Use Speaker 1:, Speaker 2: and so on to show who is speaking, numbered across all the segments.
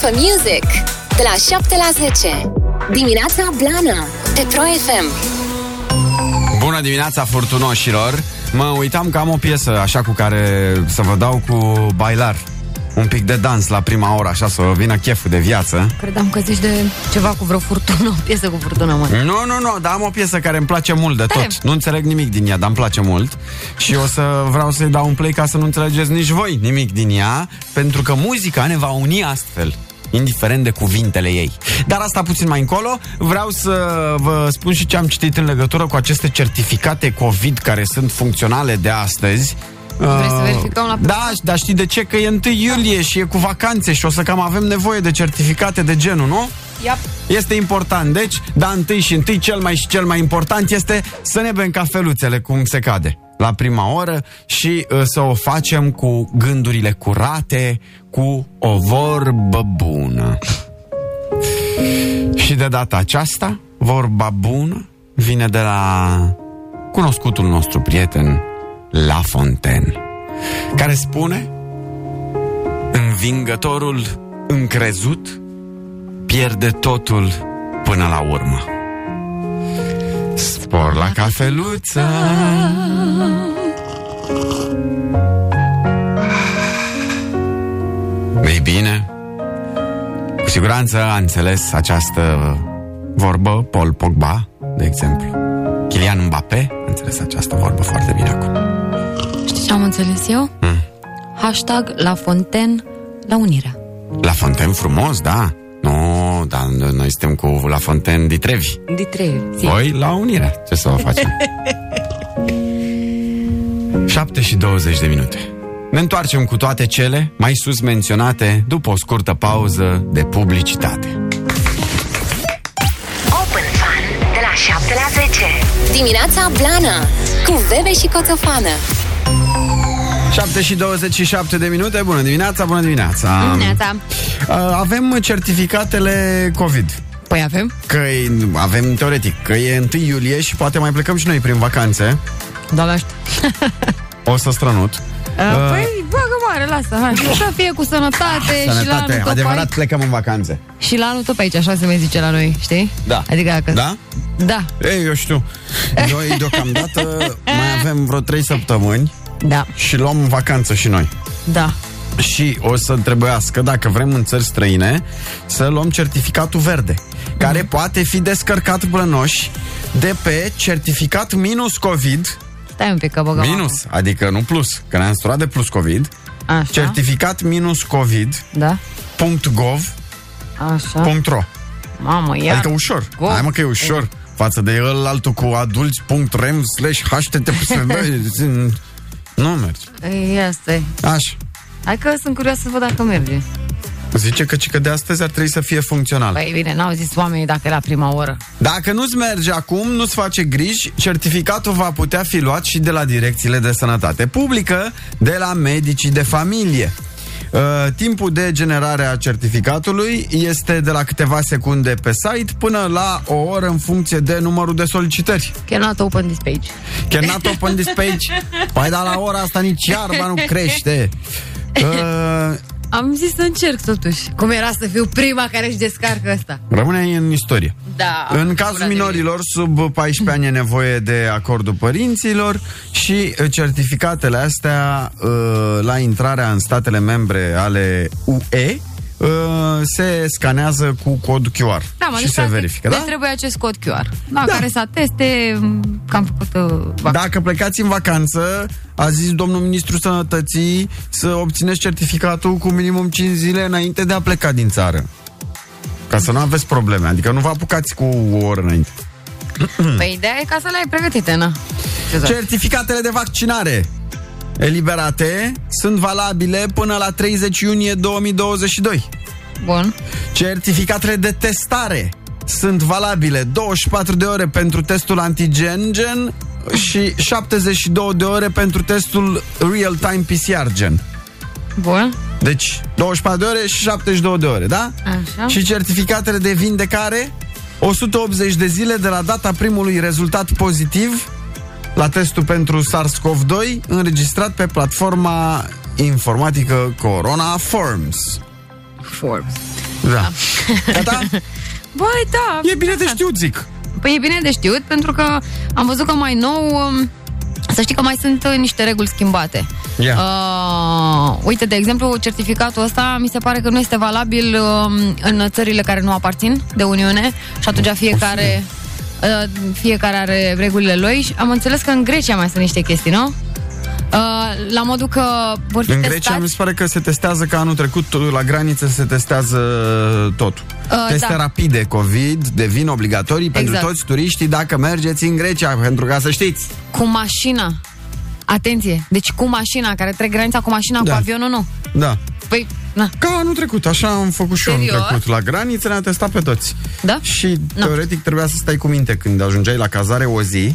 Speaker 1: for Music de la 7 la 10. Dimineața Blana pe Pro FM.
Speaker 2: Bună dimineața, furtunoșilor! Mă uitam că am o piesă așa cu care să vă dau cu bailar. Un pic de dans la prima oră, așa, să vină cheful de viață.
Speaker 3: Credeam că zici de ceva cu vreo furtună, o piesă cu furtună, mă.
Speaker 2: Nu, nu, nu, dar am o piesă care îmi place mult de tot.
Speaker 3: Tare.
Speaker 2: Nu înțeleg nimic din ea, dar îmi place mult. Și o să vreau să-i dau un play ca să nu înțelegeți nici voi nimic din ea, pentru că muzica ne va uni astfel indiferent de cuvintele ei. Dar asta puțin mai încolo, vreau să vă spun și ce am citit în legătură cu aceste certificate COVID care sunt funcționale de astăzi.
Speaker 3: Vrei să
Speaker 2: Uh,
Speaker 3: verificăm la
Speaker 2: Da, dar știi de ce? Că e 1 iulie și e cu vacanțe și o să cam avem nevoie de certificate de genul, nu?
Speaker 3: Iap.
Speaker 2: Este important, deci, dar întâi și întâi, cel mai și cel mai important este să ne bem cafeluțele cum se cade la prima oră și uh, să o facem cu gândurile curate, cu o vorbă bună. și de data aceasta, vorba bună vine de la cunoscutul nostru prieten, La Fontaine, care spune Învingătorul încrezut pierde totul până la urmă. Spor la cafeluță Ei bine, cu siguranță a înțeles această vorbă Paul Pogba, de exemplu. Kylian Mbappé a înțeles această vorbă foarte bine acum.
Speaker 3: Știi ce am înțeles eu?
Speaker 2: Mm.
Speaker 3: Hashtag la Fonten la Unirea.
Speaker 2: La Fontaine frumos, da? Nu, dar noi suntem cu La Fontaine di Trevi.
Speaker 4: De trei.
Speaker 3: Zi.
Speaker 2: Voi la unirea. Ce să vă facem? 7 și 20 de minute. Ne întoarcem cu toate cele mai sus menționate după o scurtă pauză de publicitate.
Speaker 1: Open Fun de la 7 la 10. Dimineața Blana cu Bebe și Coțofană.
Speaker 2: 7 și 27 de minute. Bună dimineața, bună dimineața.
Speaker 3: Dimineața.
Speaker 2: Uh, Avem certificatele COVID.
Speaker 3: Păi avem?
Speaker 2: Că e- avem teoretic că e 1 iulie și poate mai plecăm și noi prin vacanțe.
Speaker 3: Da, la știu.
Speaker 2: O să strănut. Da.
Speaker 3: Uh, păi, bagă mare, lasă, hai. Să fie cu sănătate, și Deci la anul
Speaker 2: Sănătate,
Speaker 3: tot
Speaker 2: adevărat
Speaker 3: Aici,
Speaker 2: plecăm în vacanțe.
Speaker 3: și la anul tot pe aici, așa se mai zice la noi, știi?
Speaker 2: Da.
Speaker 3: Adică dacă...
Speaker 2: Da?
Speaker 3: Da.
Speaker 2: Ei, eu știu. Noi deocamdată mai avem vreo 3 săptămâni
Speaker 3: Da.
Speaker 2: și luăm vacanță și noi.
Speaker 3: Da.
Speaker 2: Și o să trebuiască, dacă vrem în țări străine, să luăm certificatul verde, care poate fi descărcat blănoși de pe certificat minus COVID.
Speaker 3: Stai un pic că băgăm.
Speaker 2: Minus, adică nu plus, că ne-am sturat de plus COVID.
Speaker 3: acum. Așa.
Speaker 2: Certificat minus COVID.gov.ro
Speaker 3: Da. Așa. Mamă, iar.
Speaker 2: Adică ușor.
Speaker 3: Gol.
Speaker 2: Hai mă că e ușor. Față de el, altul cu adulți.rem slash http. Nu merge.
Speaker 3: Ia stai.
Speaker 2: Așa.
Speaker 3: Hai că sunt curioasă să văd dacă merge.
Speaker 2: Zice că, că de astăzi ar trebui să fie funcțional.
Speaker 3: Păi bine, n-au zis oamenii dacă la prima oră.
Speaker 2: Dacă nu-ți merge acum, nu-ți face griji, certificatul va putea fi luat și de la direcțiile de sănătate publică, de la medicii de familie. Uh, Timpul de generare a certificatului este de la câteva secunde pe site până la o oră în funcție de numărul de solicitări.
Speaker 3: Cannot open this page.
Speaker 2: Cannot open this page. Păi, dar la ora asta nici iarba nu crește. Uh,
Speaker 3: Am zis să încerc totuși. Cum era să fiu prima care își descarcă asta?
Speaker 2: rămâne în istorie.
Speaker 3: Da.
Speaker 2: În cazul minorilor sub 14 ani e nevoie de acordul părinților și uh, certificatele astea uh, la intrarea în statele membre ale UE uh, se scanează cu cod QR
Speaker 3: Da, mă,
Speaker 2: și
Speaker 3: deci,
Speaker 2: se
Speaker 3: practic,
Speaker 2: verifică,
Speaker 3: deci
Speaker 2: da?
Speaker 3: trebuie acest cod QR. Da,
Speaker 2: Da.
Speaker 3: care să ateste m, că am făcut uh, vac-
Speaker 2: Dacă plecați în vacanță, a zis domnul ministru sănătății să obțineți certificatul cu minimum 5 zile înainte de a pleca din țară. Ca să nu aveți probleme, adică nu vă apucați cu o oră înainte. Hmm.
Speaker 3: Păi ideea e ca să le ai pregătite, na. Ce să-
Speaker 2: Certificatele de vaccinare eliberate sunt valabile până la 30 iunie 2022.
Speaker 3: Bun.
Speaker 2: Certificatele de testare sunt valabile 24 de ore pentru testul antigen gen și 72 de ore pentru testul real-time PCR gen.
Speaker 3: Bun.
Speaker 2: Deci 24 de ore și 72 de ore, da?
Speaker 3: Așa.
Speaker 2: Și certificatele de vindecare 180 de zile de la data primului rezultat pozitiv la testul pentru SARS-CoV-2 înregistrat pe platforma informatică Corona Forms.
Speaker 3: Forbes.
Speaker 2: Da. Gata?
Speaker 3: Băi, da.
Speaker 2: E bine de știut, zic.
Speaker 3: Păi e bine de știut, pentru că am văzut că mai nou... um, Să știi că mai sunt uh, niște reguli schimbate.
Speaker 2: Ia.
Speaker 3: Uh, uite, de exemplu, certificatul ăsta mi se pare că nu este valabil um, în țările care nu aparțin de Uniune și atunci fiecare, uh, fiecare are regulile lui. Și am înțeles că în Grecia mai sunt niște chestii, nu? Uh, la modul că vor fi
Speaker 2: În
Speaker 3: testați...
Speaker 2: Grecia mi se pare că se testează ca anul trecut la graniță se testează tot.
Speaker 3: da.
Speaker 2: Teste rapide COVID devin obligatorii pentru
Speaker 3: Exact.
Speaker 2: toți turiștii dacă mergeți în Grecia, pentru ca să știți.
Speaker 3: Cu mașina. Atenție! Deci cu mașina, care trec granița cu mașina,
Speaker 2: Da.
Speaker 3: cu avionul nu.
Speaker 2: Da.
Speaker 3: Păi, na.
Speaker 2: Ca anul trecut, așa am făcut și eu anul
Speaker 3: Serios?
Speaker 2: trecut. La graniță ne-a testat pe toți.
Speaker 3: Da?
Speaker 2: Și
Speaker 3: Na.
Speaker 2: teoretic trebuia să stai cu minte când ajungeai la cazare o zi.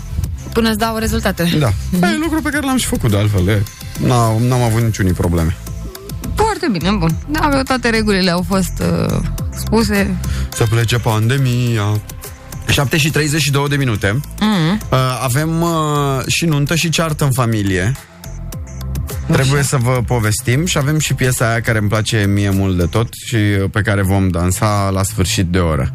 Speaker 3: Până îți dau rezultatele.
Speaker 2: Da. Mm-hmm. E lucru pe care l-am și făcut de altfel. e. N-au- N-am avut niciunii probleme.
Speaker 3: Foarte bine, bun. Da, bă, toate regulile au fost uh, spuse.
Speaker 2: Să plece pandemia 7 și 32 de minute
Speaker 3: Mm.
Speaker 2: uh, Avem uh, și nuntă și ceartă în familie Trebuie să vă povestim și avem și piesa aia care îmi place mie mult de tot și uh, pe care vom dansa la sfârșit de oră.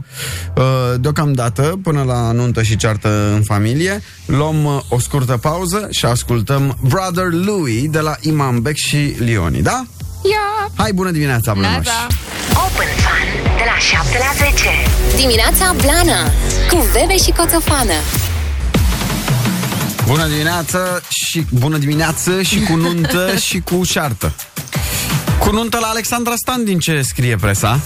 Speaker 2: Uh, Deocamdată, până la nuntă și ceartă în familie, luăm uh, o scurtă pauză și ascultăm Brother Louis de la Imam Beck și Lioni, da?
Speaker 3: Ia! Da,
Speaker 2: Hai, bună dimineața, blănoși!
Speaker 3: Neața!
Speaker 1: Open Fun de la 7 la 10.
Speaker 4: Dimineața Blana Cu Bebe și Coțofană
Speaker 2: Bună dimineața și bună dimineață și cu nuntă și cu șartă. Cu nuntă la Alexandra Stan din ce scrie presa.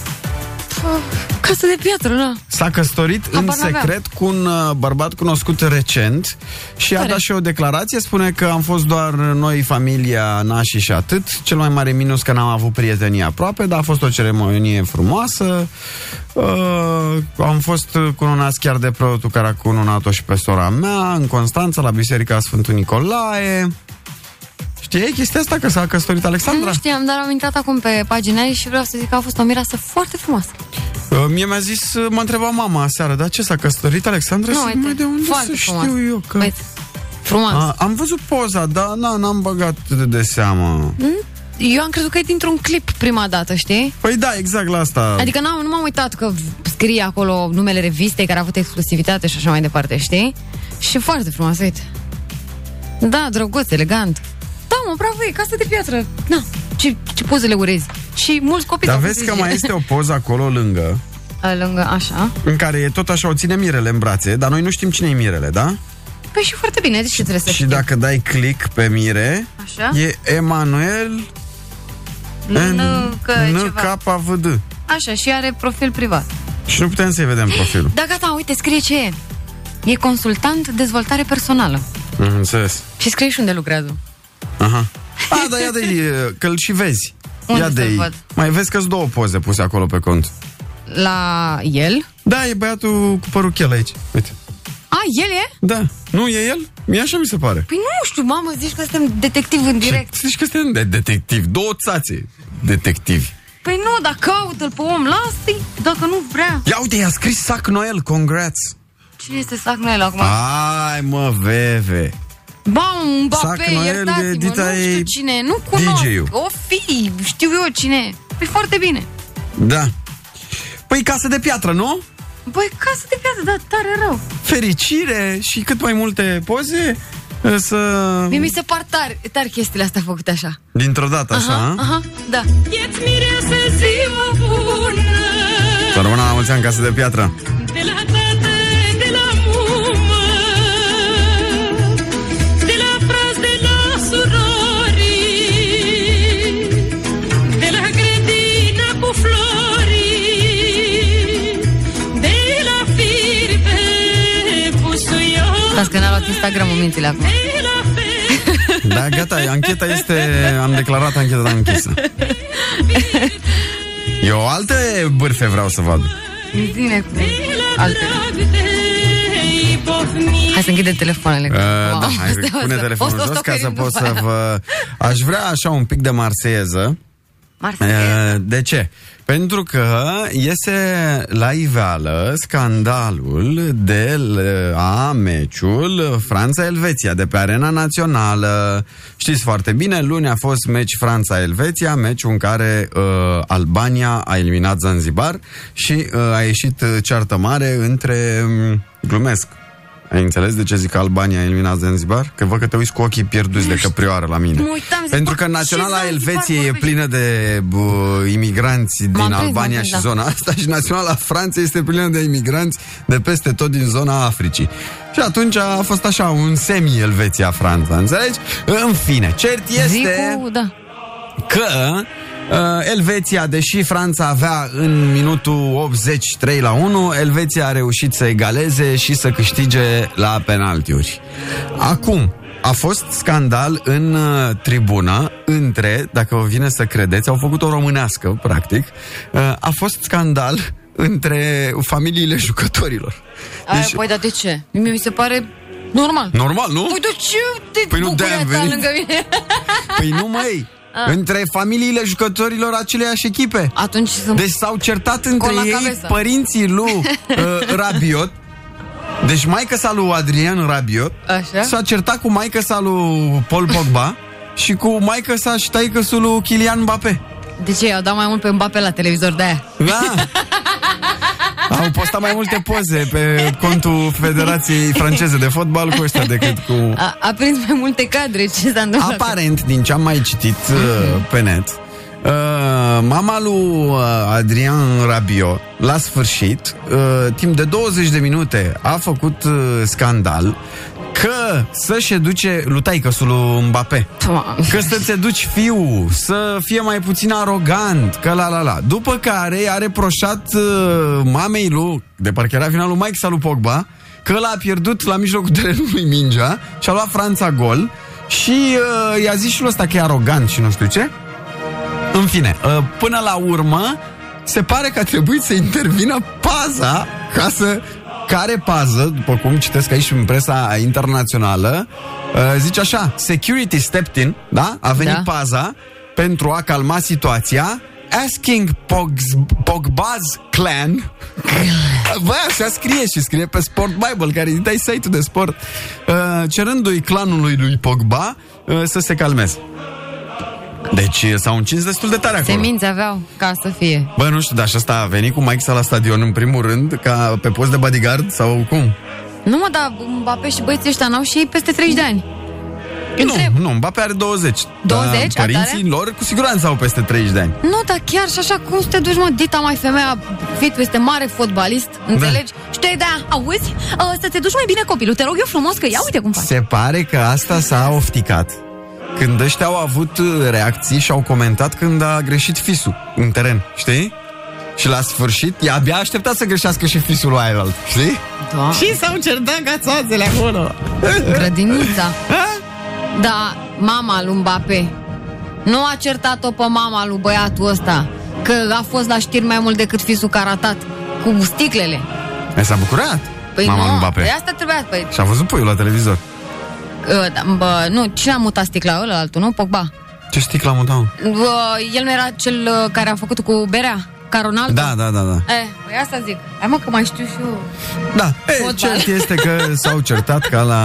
Speaker 3: Casă de piatră, na.
Speaker 2: S-a căsătorit în
Speaker 3: Habar n-aveam.
Speaker 2: secret cu un uh, bărbat cunoscut recent și a
Speaker 3: Tare.
Speaker 2: dat și o declarație, spune că am fost doar noi, familia Nași și atât. Cel mai mare minus că n-am avut prietenii aproape, dar a fost o ceremonie frumoasă. Uh, am fost uh, cununați chiar de preotul care a cununat-o și pe sora mea în Constanța, la Biserica Sfântul Nicolae. Știi chestia asta că s-a căsătorit Alexandra?
Speaker 3: Nu știam, dar am intrat acum pe pagina ei și vreau să zic că a fost o mirasă foarte frumoasă.
Speaker 2: Uh, Mie mi-a zis, uh, m-a întrebat mama aseară, dar ce s-a căsătorit Alexandra?
Speaker 3: Nu,
Speaker 2: Zic,
Speaker 3: uite,
Speaker 2: "Măi, de unde
Speaker 3: foarte
Speaker 2: să
Speaker 3: frumoasă.
Speaker 2: știu eu? Că...
Speaker 3: Uite, Frumoasă.
Speaker 2: A, am văzut poza, dar na, n-am băgat de, de seamă.
Speaker 3: Hmm? Eu am crezut că e dintr-un clip prima dată, știi?
Speaker 2: Păi da, exact la asta. Adică...
Speaker 3: Adică n-am, nu m-am uitat că scrie acolo numele revistei care a avut exclusivitate și așa mai departe, știi? Și foarte frumos, uite. Da, drăguț, elegant. Da, mă, bravo, e casă de piatră. Da, ce, ce poze le urezi. Și mulți copii
Speaker 2: Dar
Speaker 3: s-au
Speaker 2: vezi că
Speaker 3: pus
Speaker 2: mai
Speaker 3: și-
Speaker 2: este o poză acolo lângă,
Speaker 3: A, Lângă, așa.
Speaker 2: în care e tot așa, o ține Mirele în brațe, dar noi nu știm cine e Mirele, da?
Speaker 3: Păi și foarte bine, deci ce trebuie să
Speaker 2: Și
Speaker 3: știi?
Speaker 2: dacă dai click pe Mire,
Speaker 3: Așa?
Speaker 2: e Emanuel
Speaker 3: Nu,
Speaker 2: N-
Speaker 3: nu, că
Speaker 2: N-
Speaker 3: ceva.
Speaker 2: K V D.
Speaker 3: Așa, și are profil privat.
Speaker 2: Și nu putem să-i vedem profilul.
Speaker 3: Da, gata, uite, scrie ce e. E consultant dezvoltare personală.
Speaker 2: Mhm, Înțeles.
Speaker 3: Și scrie și unde lucrează.
Speaker 2: Aha. A, dar ia de că-l și vezi.
Speaker 3: Unde
Speaker 2: ia
Speaker 3: să-l
Speaker 2: de
Speaker 3: văd?
Speaker 2: Mai vezi că-s două poze puse acolo pe cont.
Speaker 3: La el?
Speaker 2: Da, e băiatul cu păruchel aici. Uite.
Speaker 3: A, el e?
Speaker 2: Da. Nu e el? Mie așa mi se pare.
Speaker 3: Păi nu știu, mamă, zici că suntem detectiv în direct.
Speaker 2: Zici că suntem de detectiv. Două țațe detectivi.
Speaker 3: Păi nu, dar caută-l pe om, lasă dacă nu vrea.
Speaker 2: Ia uite, i-a scris Sac Noel, congrats!
Speaker 3: Cine este Sac Noel acum?
Speaker 2: Ai mă, veve!
Speaker 3: Bam, un
Speaker 2: Sac
Speaker 3: bape,
Speaker 2: Noel
Speaker 3: iertați-mă,
Speaker 2: e
Speaker 3: nu
Speaker 2: dita ei
Speaker 3: știu cine, nu cunosc.
Speaker 2: DJ-ul.
Speaker 3: O fi, știu eu cine e. Păi foarte bine.
Speaker 2: Da. Păi casă de piatră, nu?
Speaker 3: Băi, casă de piață, dar tare rău.
Speaker 2: Fericire și cât mai multe poze e, să...
Speaker 3: Mie mi se par tare, tare chestiile astea făcute așa.
Speaker 2: Dintr-o dată, așa,
Speaker 3: Aha,
Speaker 2: a?
Speaker 3: aha, da.
Speaker 5: Îți mereu să ziua bună
Speaker 2: Să rămână la mulți ani casă de piatră.
Speaker 5: De la tată, de la mumă De la frați, de la surori De la grădina cu flori De la firbe pusuiori
Speaker 3: Stați că n-a luat Instagram-ul mințile acum.
Speaker 5: De la fe,
Speaker 2: Da, gata, e- ancheta este... Am declarat ancheta, dar închisă. Eu alte bârfe vreau să văd. Uh,
Speaker 3: Zine cu
Speaker 5: de la
Speaker 3: alte.
Speaker 5: dragostei pofnite
Speaker 3: Hai să închidem telefoanele.
Speaker 2: Uh,
Speaker 3: Mamă,
Speaker 2: da, hai,
Speaker 3: astea o
Speaker 2: pune
Speaker 3: să- o
Speaker 2: telefonul
Speaker 3: să
Speaker 2: jos ca să
Speaker 3: oferim
Speaker 2: pot
Speaker 3: după
Speaker 2: să
Speaker 3: aia.
Speaker 2: vă... Aș vrea așa un pic de marseieză
Speaker 3: Marseieza.
Speaker 2: Eh, De ce? Pentru că iese la iveală scandalul de la meciul Franța-Elveția de pe Arena Națională. Știți foarte bine, luni a fost meci Franța-Elveția, meciul în care uh, Albania a eliminat Zanzibar și uh, a ieșit uh, ceartă mare între... um, Glumesc. Ai înțeles de ce zic că Albania a eliminat Zanzibar? Că văd că te uiți cu ochii pierduți de căprioară la mine.
Speaker 3: Mă uitam, zic,
Speaker 2: Pentru
Speaker 3: bă,
Speaker 2: că
Speaker 3: ce
Speaker 2: Naționala
Speaker 3: Zanzibar
Speaker 2: Elveției e
Speaker 3: vorbește?
Speaker 2: plină de bă, imigranți din
Speaker 3: M-am prins,
Speaker 2: Albania
Speaker 3: m-am prins,
Speaker 2: și
Speaker 3: da.
Speaker 2: zona asta și Naționala Franței este plină de imigranți de peste tot din zona Africii. Și atunci a fost așa un semi-Elveția-Franța, înțelegi? În fine, cert este
Speaker 3: Zicu, da.
Speaker 2: că uh, Elveția, deși Franța avea în minutul 83 la 1, Elveția a reușit să egaleze și să câștige la penaltiuri. Acum, a fost scandal în uh, tribună între, dacă vă vine să credeți, au făcut o românească, practic, uh, a fost scandal între familiile jucătorilor. Deci,
Speaker 3: Aia, păi, dar de ce? Mie mi se pare normal.
Speaker 2: normal, nu?
Speaker 3: Păi, de ce te
Speaker 2: Păi
Speaker 3: păi
Speaker 2: nu,
Speaker 3: bucuria
Speaker 2: de-aia am
Speaker 3: ta
Speaker 2: venit.
Speaker 3: lângă mine?
Speaker 2: Păi nu, măi! Între familiile jucătorilor aceleiași echipe.
Speaker 3: Atunci sunt...
Speaker 2: Deci s-au certat între
Speaker 3: Cola
Speaker 2: ei
Speaker 3: cabeza.
Speaker 2: părinții lui uh, Rabiot. Deci maica sa lui Adrian Rabiot
Speaker 3: Așa.
Speaker 2: s-a certat cu maica sa lui Paul Pogba și cu maica sa și taică lui Kylian Mbappé.
Speaker 3: De ce? Au dat mai mult pe Mbappé la televizor de aia.
Speaker 2: Da. Au postat mai multe poze pe contul Federației Franceze de Fotbal cu ăștia decât cu...
Speaker 3: A, a prins mai multe cadre. Ce s-a întâmplat?
Speaker 2: Aparent, din ce am mai citit uh, pe net, uh, mama lui uh, Adrian Rabiot, la sfârșit, uh, timp de 20 de minute, a făcut uh, scandal că să-și educe lui taicăsul lui Mbappé.
Speaker 3: Doamne.
Speaker 2: Că să te duci fiu, să fie mai puțin arogant, că la la la. După care a reproșat uh, mamei lui, de parcă era finalul Mike sau lui Pogba, că l-a pierdut la mijlocul terenului mingea și a luat Franța gol și uh, i-a zis și lui ăsta că e arogant și nu știu ce. În fine, uh, până la urmă, se pare că a trebuit să intervină paza ca să care pază, după cum citesc aici în presa internațională, uh, zice așa, security stepped in, da? A venit
Speaker 3: Da.
Speaker 2: paza pentru a calma situația, asking Pog's, Pogba's clan Bă, așa scrie și scrie pe Sport Bible, care îi dai site-ul de sport, uh, cerându-i clanului lui Pogba uh, să se calmeze. Deci uh, s-au încins destul de tare acolo.
Speaker 3: Semințe aveau ca să fie.
Speaker 2: Bă, nu știu, dar și asta a venit cu Mike la stadion în primul rând, ca pe post de bodyguard sau cum?
Speaker 3: Nu mă, dar Mbappé și băieții ăștia n-au și ei peste 30 de ani. Întreb.
Speaker 2: Nu, nu, Mbappé are 20.
Speaker 3: 20?
Speaker 2: Dar părinții
Speaker 3: Atare?
Speaker 2: lor cu siguranță au peste 30 de ani.
Speaker 3: Nu, dar chiar și așa, cum să te duci, mă, Dita, mai femeia fit, este mare fotbalist,
Speaker 2: Da.
Speaker 3: înțelegi? Și tu ai de-aia, auzi, uh, să te duci mai bine copilul, te rog eu frumos, că ia uite cum faci.
Speaker 2: Se pare că asta s-a ofticat. Când ăștia au avut uh, reacții și au comentat când a greșit fisul în teren, știi? Și la sfârșit, ea abia aștepta să greșească și fisul lui aeralt, știi?
Speaker 3: Da,
Speaker 5: Și s-au certat gațoazele acolo
Speaker 3: grădinița. Da, mama lui Mbappé. Nu a certat-o pe mama lui băiatul ăsta, că a fost la știri mai mult decât fisul caratat cu sticlele.
Speaker 2: E, s-a bucurat
Speaker 3: Păi
Speaker 2: mama
Speaker 3: nu,
Speaker 2: lui Mbappé.
Speaker 3: Păi asta trebuia, păi,
Speaker 2: Și a văzut puiul la televizor.
Speaker 3: uh, da, bă, nu, cine a mutat sticla ăla altul, nu? Pogba.
Speaker 2: Ce sticlă am dat?
Speaker 3: Bă, el nu era cel uh, care a făcut cu berea? Ca Ronaldo?
Speaker 2: Da, da, da, da.
Speaker 3: Eh, păi asta zic. Hai mă că mai știu și eu.
Speaker 2: Da, e,
Speaker 3: Fotbal.
Speaker 2: cert este că s-au certat ca la,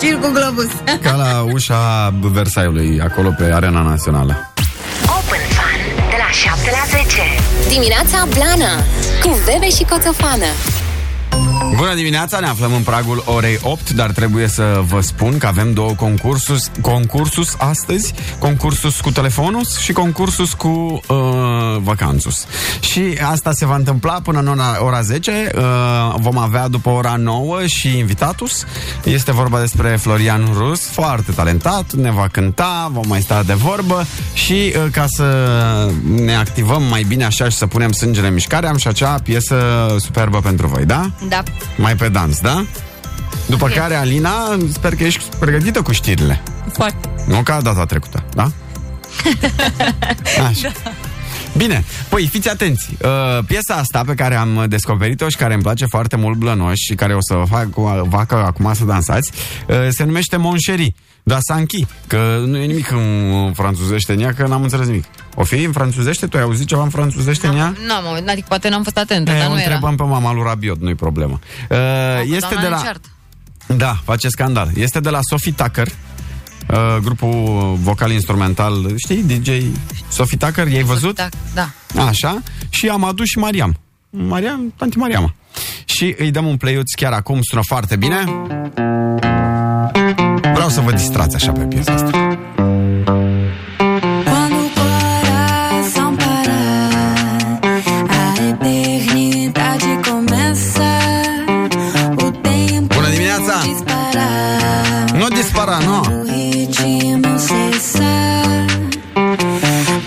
Speaker 3: Circul Globus.
Speaker 2: ca la ușa Versaiului, acolo pe Arena Națională.
Speaker 4: Open Fun de la 7 la 10.
Speaker 1: Dimineața Blana Cu Bebe și Coțofană
Speaker 2: Bună dimineața, ne aflăm în pragul orei 8, dar trebuie să vă spun că avem două concursuri, concursus astăzi, concursus cu telefonul și concursus cu uh, vacanțus. Și asta se va întâmpla până în ora, ora 10, uh, vom avea după ora 9 și invitatus. Este vorba despre Florian Rus, foarte talentat, ne va cânta, vom mai sta de vorbă și uh, ca să ne activăm mai bine așa și să punem sângele în mișcare, am și acea piesă superbă pentru voi, da?
Speaker 3: Da.
Speaker 2: Mai pe dans, da? După care, Alina, sper că ești pregătită cu știrile.
Speaker 3: Foarte.
Speaker 2: Nu ca data trecută, da? Așa. Bine, păi fiți atenți. Uh, piesa asta pe care am descoperit-o și care îmi place foarte mult blănoș și care o să vă fac o vacă acum să dansați, uh, se numește Moncheri. Da, Sanchi, că nu e nimic în franțuzește în ea, că n-am înțeles nimic. O fi în franțuzește? Tu ai auzit ceva în franțuzește în ea?
Speaker 3: Nu am auzit, adică poate n-am fost atentă,
Speaker 2: Eh,
Speaker 3: dar
Speaker 2: o
Speaker 3: nu era.
Speaker 2: întrebăm pe mama lui Rabiot, nu-i problemă. Uh, este
Speaker 3: Doamna
Speaker 2: de la...
Speaker 3: Richard.
Speaker 2: Da, face scandal. Este de la Sophie Tucker, uh, grupul vocal-instrumental, știi, DJ Sophie Tucker, i-ai văzut?
Speaker 3: Da, da.
Speaker 2: Așa, și am adus și Mariam. Mariam, tanti Mariam. Și îi dăm un pleiuț chiar acum, sună foarte bine. Vreau să vă distrați așa pe piesa asta.
Speaker 6: Cuando coração parar, a eternidade começa. O tempo
Speaker 2: Bună dimineața!
Speaker 6: disparar,
Speaker 2: Nu dispara, nu!
Speaker 6: o ritmo cessar.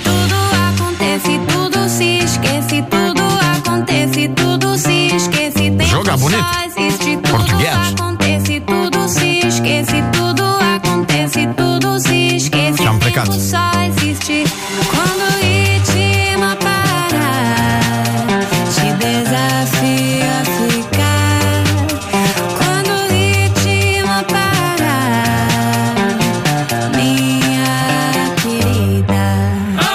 Speaker 6: Tudo acontece, tudo se esquece, tudo acontece, tudo se esquece. Tempo
Speaker 2: Joga é bonito.
Speaker 6: só existe, tudo
Speaker 2: Português.
Speaker 6: acontece, tudo se esquece, tudo acontece, tudo se esquece.
Speaker 2: Și am plecat.
Speaker 6: Tempo só existe quando o ritmo parar. Te desafio a ficar quando o ritmo parar, minha querida.
Speaker 7: Oh,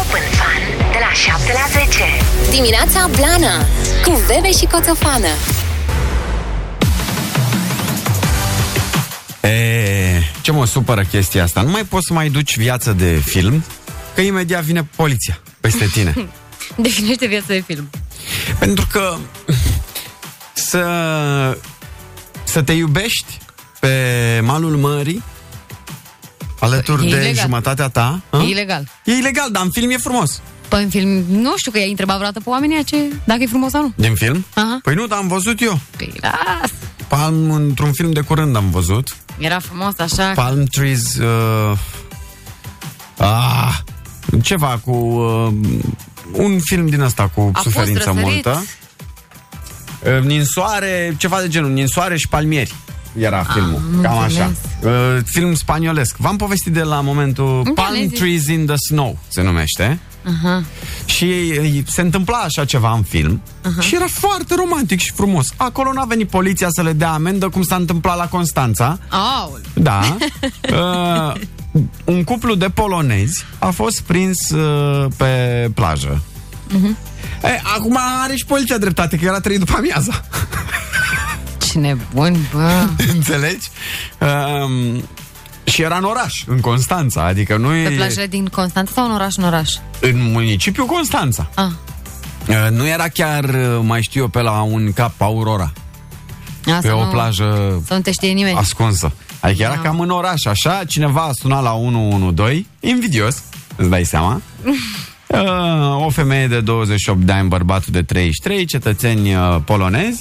Speaker 7: Open Fun de la 7 la 10.
Speaker 1: Dimineața Blana Cu Bebe și Coțofană
Speaker 2: E, ce mă supără chestia asta? Nu mai poți să mai duci viață de film, că imediat vine poliția peste tine.
Speaker 3: Definește viața de film.
Speaker 2: Pentru că să, să te iubești pe malul mării, alături
Speaker 3: E
Speaker 2: de
Speaker 3: ilegal.
Speaker 2: jumătatea ta... a?
Speaker 3: E ilegal.
Speaker 2: E ilegal, dar în film e frumos.
Speaker 3: Păi în film, nu știu că i-ai întrebat vreodată pe oamenii aia ce, dacă e frumos sau nu.
Speaker 2: Din film?
Speaker 3: Aha.
Speaker 2: Păi nu, dar am văzut eu.
Speaker 3: Păi, las.
Speaker 2: Palm, într-un film de curând am văzut.
Speaker 3: Era frumos așa.
Speaker 2: Palm Trees... Uh, ah, ceva cu... Uh, un film din asta cu
Speaker 3: A fost
Speaker 2: suferință
Speaker 3: răsărit.
Speaker 2: multă. Uh, Ninsoare, ceva de genul, ninsoare și palmieri era
Speaker 3: Ah,
Speaker 2: filmul,
Speaker 3: am
Speaker 2: cam
Speaker 3: înțeles.
Speaker 2: așa. Uh, film spaniolesc. V-am povestit de la momentul
Speaker 3: Da,
Speaker 2: Palm
Speaker 3: ne-ai zis.
Speaker 2: Trees in the Snow, se numește. Și ei- se întâmpla așa ceva în film și era foarte romantic și frumos. Acolo n-a venit poliția să le dea amendă cum s-a întâmplat la Constanța.
Speaker 3: Aul.
Speaker 2: Da. uh, un cuplu de polonezi a fost prins uh, pe plajă.
Speaker 3: Mhm.
Speaker 2: Uh-huh. E, acum are și poliția dreptate, că era trei după amiaza.
Speaker 3: Ce nebun, bă.
Speaker 2: Înțelegi? Um, și era în oraș, în Constanța, adică nu
Speaker 3: Pe
Speaker 2: e
Speaker 3: plajele din Constanța sau în oraș, în oraș?
Speaker 2: în municipiul Constanța.
Speaker 3: Ah,
Speaker 2: Uh, nu era chiar, uh, mai știu eu, pe la un cap Aurora, pe
Speaker 3: asta
Speaker 2: o
Speaker 3: nu,
Speaker 2: plajă
Speaker 3: Să nu te știe nimeni.
Speaker 2: ascunsă. Adică era
Speaker 3: Eh. Da.
Speaker 2: cam în oraș, așa, cineva a sunat la 112, invidios, îți dai seama. Uh, O femeie de 28 de ani, bărbatul de 33, cetățeni uh, polonezi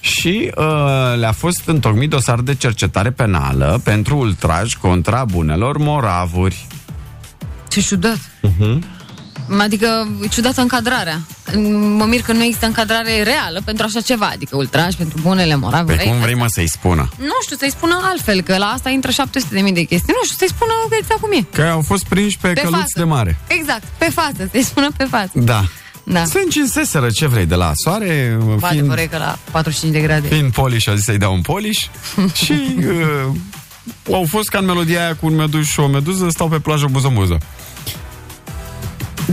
Speaker 2: și uh, le-a fost întocmit dosar de cercetare penală pentru ultraj contra bunelor moravuri.
Speaker 3: Ce ciudat.
Speaker 2: Mhm.
Speaker 3: Adică, ciudată încadrarea. Mă mir că nu există încadrare reală pentru așa ceva, adică ultraj pentru bunele
Speaker 2: Pe
Speaker 3: moravuri.
Speaker 2: Păi cum vrei mă să-i spună?
Speaker 3: Nu știu, să-i spună altfel, că la asta intră 700.000 de chestii. Nu știu, să-i spună exact cum e.
Speaker 2: Că au fost prinși pe,
Speaker 3: Pe
Speaker 2: căluți
Speaker 3: față.
Speaker 2: de mare.
Speaker 3: Exact, pe față, să-i spună pe față.
Speaker 2: Da.
Speaker 3: Da.
Speaker 2: Se încinseseră ce vrei de la soare,
Speaker 3: Bă,
Speaker 2: fiind
Speaker 3: adevărul e că la 45 de grade.
Speaker 2: Fiind poliș, a zis să-i dau un poliș și uh, au fost ca în melodia aia cu un meduș și o meduză, stau pe plajă buză-muză.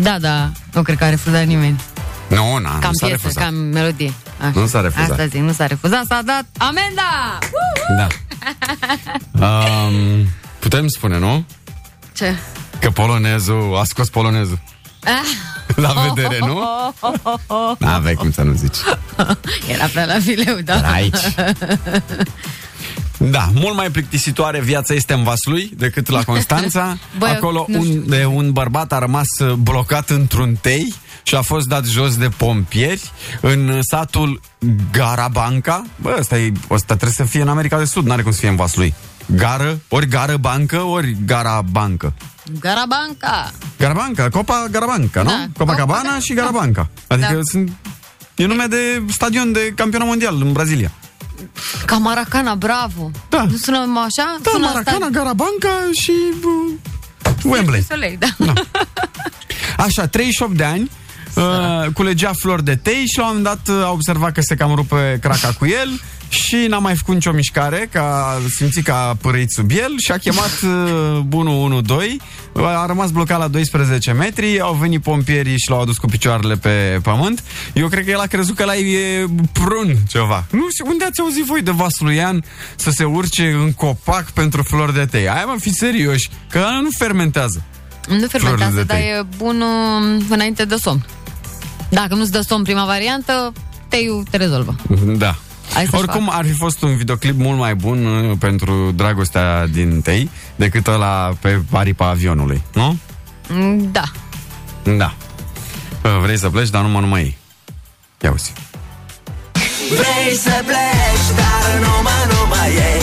Speaker 3: Da, da, nu cred că a refuzat nimeni.
Speaker 2: Nu, na,
Speaker 3: Cam
Speaker 2: nu s-a
Speaker 3: piesă,
Speaker 2: refuzat.
Speaker 3: cam melodie. Așa.
Speaker 2: Nu s-a refuzat.
Speaker 3: Asta zic, nu s-a refuzat, s-a dat amenda! Uh!
Speaker 2: Da. Um, putem spune, nu?
Speaker 3: Ce?
Speaker 2: Că polonezul a scos polonezul.
Speaker 3: Ah.
Speaker 2: La vedere, nu? N-aveai cum să nu zici.
Speaker 3: Era prea la fileu, da.
Speaker 2: Era aici. Da, mult mai plictisitoare viața este în Vaslui decât la Constanța,
Speaker 3: Băi, eu
Speaker 2: acolo
Speaker 3: nu știu.
Speaker 2: unde un bărbat a rămas uh, blocat într-un tei și a fost dat jos de pompieri în uh, satul Garabanca. Bă, ăsta, e, ăsta trebuie să fie în America de Sud, n-are cum să fie în Vaslui. Gară, ori gară bancă, ori gara bancă.
Speaker 3: Garabanca!
Speaker 2: Garabanca, Copa Garabanca, nu?
Speaker 3: Da,
Speaker 2: Copacabana
Speaker 3: Copa-
Speaker 2: și Garabanca. Adică
Speaker 3: Da.
Speaker 2: sunt... E nume de stadion de campionat mondial în Brazilia.
Speaker 3: Ca Maracana, bravo!
Speaker 2: Da.
Speaker 3: Nu sună așa?
Speaker 2: Da,
Speaker 3: sună
Speaker 2: Maracana, Garabanca și uh, Wembley.
Speaker 3: Soleil, da.
Speaker 2: Așa, 38 de ani, uh, culegea flori de tei și la un moment dat uh, a observat că se cam rupe craca cu el și n-a mai făcut nicio mișcare, că a simțit că a părăit sub el și a chemat uh, 112, uh, a rămas blocat la 12 metri, au venit pompierii și l-au adus cu picioarele pe pământ. Eu cred că el a crezut că la e prun ceva. Nu știu, unde ați auzit voi de Vasluian să se urce în copac pentru flori de tei? Hai mă, fiți serioși, că ăla nu fermentează.
Speaker 3: Nu fermentează,
Speaker 2: de
Speaker 3: dar
Speaker 2: tei.
Speaker 3: e bun um, înainte de somn. Dacă nu-ți dă somn prima variantă, teiul te rezolvă.
Speaker 2: Da.
Speaker 3: Hai să-și
Speaker 2: Oricum ar fi fost un videoclip mult mai bun uh, pentru dragostea din tei decât ăla pe aripa avionului, nu?
Speaker 3: Mm, Da.
Speaker 2: Da. Uh, Vrei să pleci, dar numai numai ei. Ia uzi.
Speaker 8: Vrei să pleci, dar numai, numai ei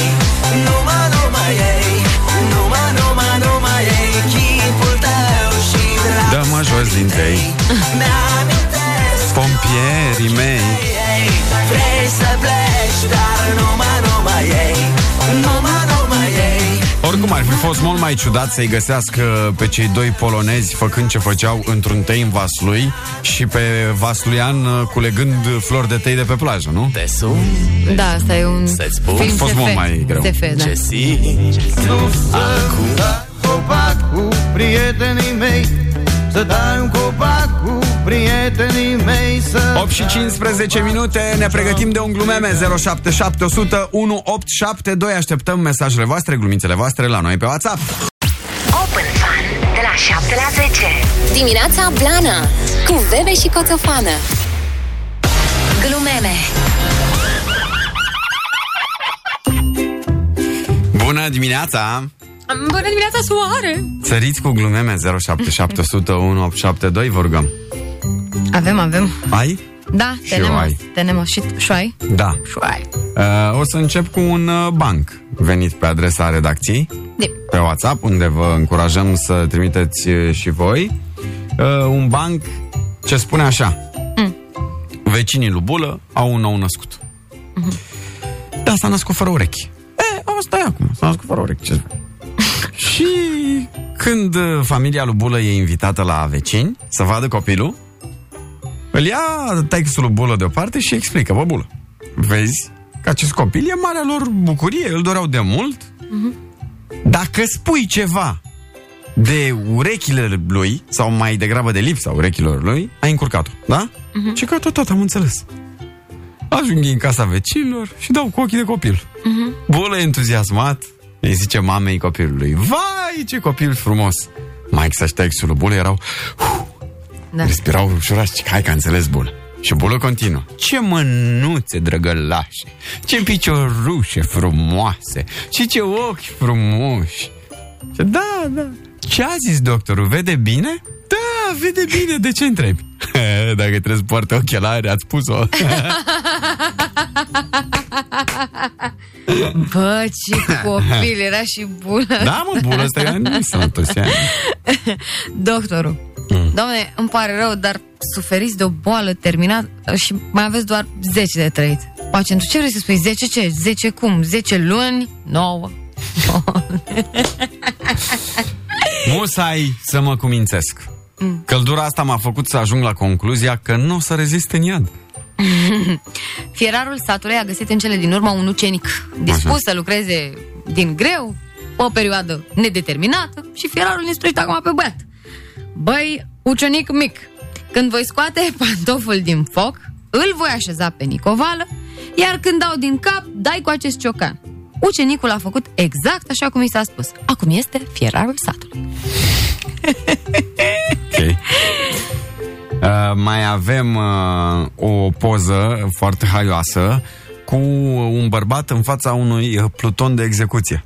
Speaker 8: Numai, numai ei Numai, numai, numai ei Chipul tău și dragostea
Speaker 2: Dă-mă jos din tei.
Speaker 8: Mi-amintesc
Speaker 2: Pompierii mei.
Speaker 8: ei Vrei să pleci, dar numai, numai ei Numai, numai ei
Speaker 2: Oricum ar fi fost mult mai ciudat să-i găsească pe cei doi polonezi făcând ce făceau într-un tei în Vaslui și pe Vasluian uh, culegând uh, flori de tei de pe plajă, nu?
Speaker 9: Te sun
Speaker 3: Da, asta e un
Speaker 9: Să-ți spun?
Speaker 3: film
Speaker 2: A fost
Speaker 3: SF.
Speaker 2: mult mai greu.
Speaker 3: SF, da.
Speaker 9: ce simți Acum
Speaker 10: copac cu prietenii mei Să dai un copac cu prietenii mei Să
Speaker 2: 8 și 15 minute, ne pregătim de un glumeme 077100 1872 Așteptăm mesajele voastre, glumițele voastre la noi pe WhatsApp
Speaker 1: Open Fun de la 7 la 10. Dimineața Blana cu Bebe și Coțofană. Glumeme.
Speaker 2: Bună dimineața!
Speaker 3: Bună dimineața, soare!
Speaker 2: Săriți cu glumeme 0771 1872 vă rugăm
Speaker 3: Avem, avem.
Speaker 2: Ai?
Speaker 3: Da,
Speaker 2: Și eu
Speaker 3: tenemos.
Speaker 2: ai.
Speaker 3: Tenemos și șoai.
Speaker 2: Da
Speaker 3: Șoai.
Speaker 2: uh, O să încep cu un uh, banc venit pe adresa redacției
Speaker 3: De.
Speaker 2: pe WhatsApp, unde vă încurajăm să trimiteți uh, și voi uh, un banc ce spune așa. Mm. Vecinii lui Bulă au un nou născut. Mm-hmm. Da, s-a născut fără urechi. E, asta e acum, s-a născut fără urechi. Ce și când uh, familia lui Bulă e invitată la vecini să vadă copilul, îl ia textul lui Bulă deoparte și explică, bă, Bulă, vezi că acest copil e marea lor bucurie, îl doreau de mult, dacă spui ceva de urechile lui, sau mai degrabă de lipsa urechilor lui, ai încurcat-o, da? Uh-huh. Și că tot, tot am înțeles. Ajungi în casa vecinilor și dau cu ochii de copil. Uh-huh. Bulă entuziasmat, îi zice mamei copilului, vai ce copil frumos! Mai să și textul lui Bulă erau,
Speaker 3: Da.
Speaker 2: Respirau ușurați, zic, hai că a înțeles bun. Și bulă continuă. Ce mânuțe drăgălașe, ce piciorușe frumoase și ce ochi frumoși. Și da, da. Ce a zis doctorul? Vede bine? Da, vede bine, de ce întrebi? Dacă trebuie să poartă ochelari, ați pus-o.
Speaker 3: Bă, ce copil, era și bună.
Speaker 2: da, mă, bulă, asta e nu s-a întors ea.
Speaker 3: Doctorul. Mm. Doamne, îmi pare rău, dar suferiți de o boală terminat și mai aveți doar 10 de trăit. Pacientul, ce vrei să spui? 10 ce? 10 cum? 10 luni? 9.
Speaker 2: Musai să mă cumințesc. Căldura asta m-a făcut să ajung la concluzia că nu o să rezist în iad.
Speaker 3: Fierarul satului a găsit în cele din urmă un ucenic dispus să lucreze din greu o perioadă nedeterminată și fierarul ne sprește acum pe băiat. Băi, ucenic mic, când voi scoate pantoful din foc, îl voi așeza pe nicovală, iar când dau din cap, dai cu acest ciocan. Ucenicul a făcut exact așa cum i s-a spus. Acum este fierarul satului.
Speaker 2: Ok. Uh, mai avem uh, o poză foarte haioasă cu un bărbat în fața unui uh, pluton de execuție.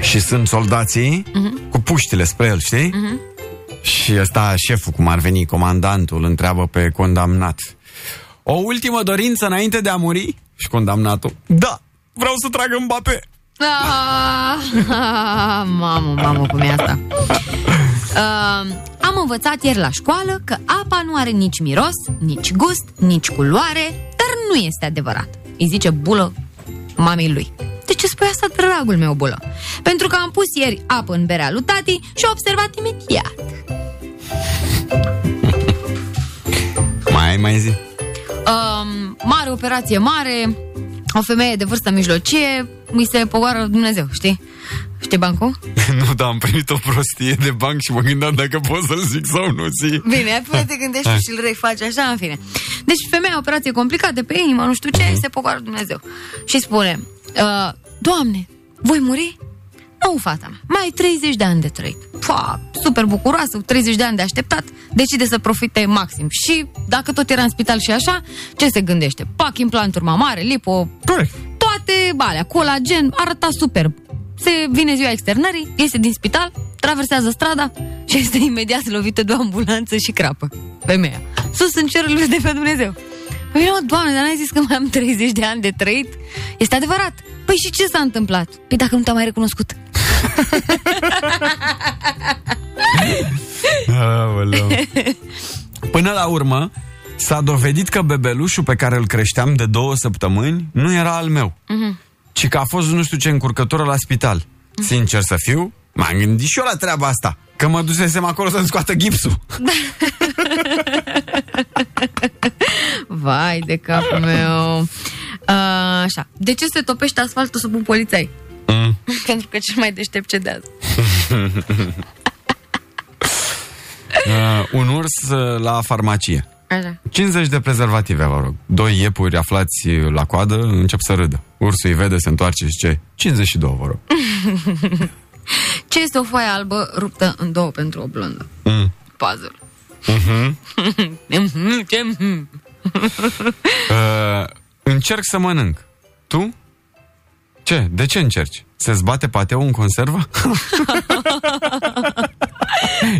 Speaker 2: Și sunt soldații uh-huh. cu puștile spre el, știi? Uh-huh. Și ăsta, șeful, cum ar veni, comandantul, întreabă pe condamnat. O ultimă dorință înainte de a muri? Și condamnatul. Da, vreau să trag în bape.
Speaker 3: Ah, mamă, mamă, cum e asta? Uh, am învățat ieri la școală că apa nu are nici miros, nici gust, nici culoare, dar nu este adevărat. Îi zice bulă mamei lui. De ce spui asta, dragul meu, bulă? Pentru că am pus ieri apă în berea lui tati și a observat imediat.
Speaker 2: Mai, mai zi.
Speaker 3: Um, mare operație mare, o femeie de vârstă mijlocie, mi se pogoară Dumnezeu, știi? Știi bancul?
Speaker 2: nu, dar am primit o prostie de banc și mă gândeam dacă pot să-l zic sau nu zi.
Speaker 3: Bine, apoi te gândești și îl refaci așa, în fine. Deci femeia, operație complicată pe inimă, nu știu ce, se pogoară Dumnezeu. Și spune, "Uh, Doamne, voi muri? Nu, fata mea, mai ai 30 de ani de trăit. Pua, super bucuroasă, 30 de ani de așteptat, decide să profite maxim. Și dacă tot era în spital și așa, ce se gândește? Pac, implanturi mamare, lipo,
Speaker 2: Corect.
Speaker 3: toate balea, colagen, arăta superb. Se vine ziua externării, iese din spital, traversează strada și este imediat lovită de o ambulanță și crapă. Femeia. Sus în cerul de pe Dumnezeu. Păi nu, doamne, dar n-ai zis că mai am 30 de ani de trăit? Este adevărat. Păi și ce s-a întâmplat? Păi dacă nu te-am mai recunoscut.
Speaker 2: Aoleu. Până la urmă, s-a dovedit că bebelușul pe care îl creșteam de două săptămâni nu era al meu, ci că a fost nu știu ce încurcătură la spital. Sincer să fiu, m-am gândit și eu la treaba asta, că mă dusesem acolo să-mi scoată gipsul.
Speaker 3: Vai de capul meu. A, așa. De ce se topește asfaltul sub un polițai? Mm. Pentru că cel mai deștept cedează.
Speaker 2: Uh, un urs uh, la farmacie.
Speaker 3: Așa.
Speaker 2: 50 de prezervative, vă rog. Doi iepuri aflați uh, la coadă încep să râdă. Ursul îi vede, se întoarce și ce? 52, vă rog.
Speaker 3: Ce este o foaie albă ruptă în două pentru o blondă?
Speaker 2: Mm.
Speaker 3: Puzzle. Mhm, Ce? mhm.
Speaker 2: Uh, încerc să mănânc. Tu? Ce? De ce încerci? Se zbate pateul în conservă?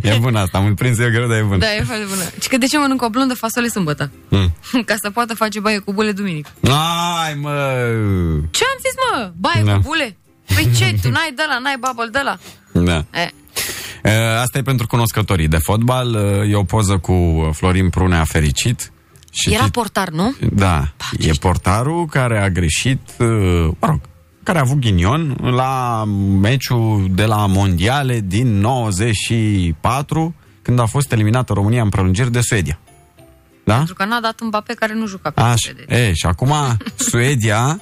Speaker 2: e bun asta, am prins eu greu, dar e bun.
Speaker 3: Da, e foarte bună. Și că de ce mănâncă o blondă fasole sâmbătă?
Speaker 2: Mm.
Speaker 3: Ca să poată face baie cu bule duminică.
Speaker 2: Ai, mă!
Speaker 3: Ce am zis, mă? Baie
Speaker 2: Da.
Speaker 3: cu bule? Păi ce? Tu n-ai de la, n-ai bubble de la?
Speaker 2: Da.
Speaker 3: Eh.
Speaker 2: Uh, Asta e pentru cunoscătorii de fotbal. Uh, E o poză cu uh, Florin Prunea fericit. Și
Speaker 3: Era
Speaker 2: tit-
Speaker 3: portar, nu?
Speaker 2: Da, e portarul care a greșit, uh, mă rog, care a avut ghinion la meciul de la Mondiale din 94, când a fost eliminată România în prelungiri de Suedia. Da?
Speaker 3: Pentru că n-a dat un bape care nu juca pe deci.
Speaker 2: Așa.
Speaker 3: Așa.
Speaker 2: E, și acum Suedia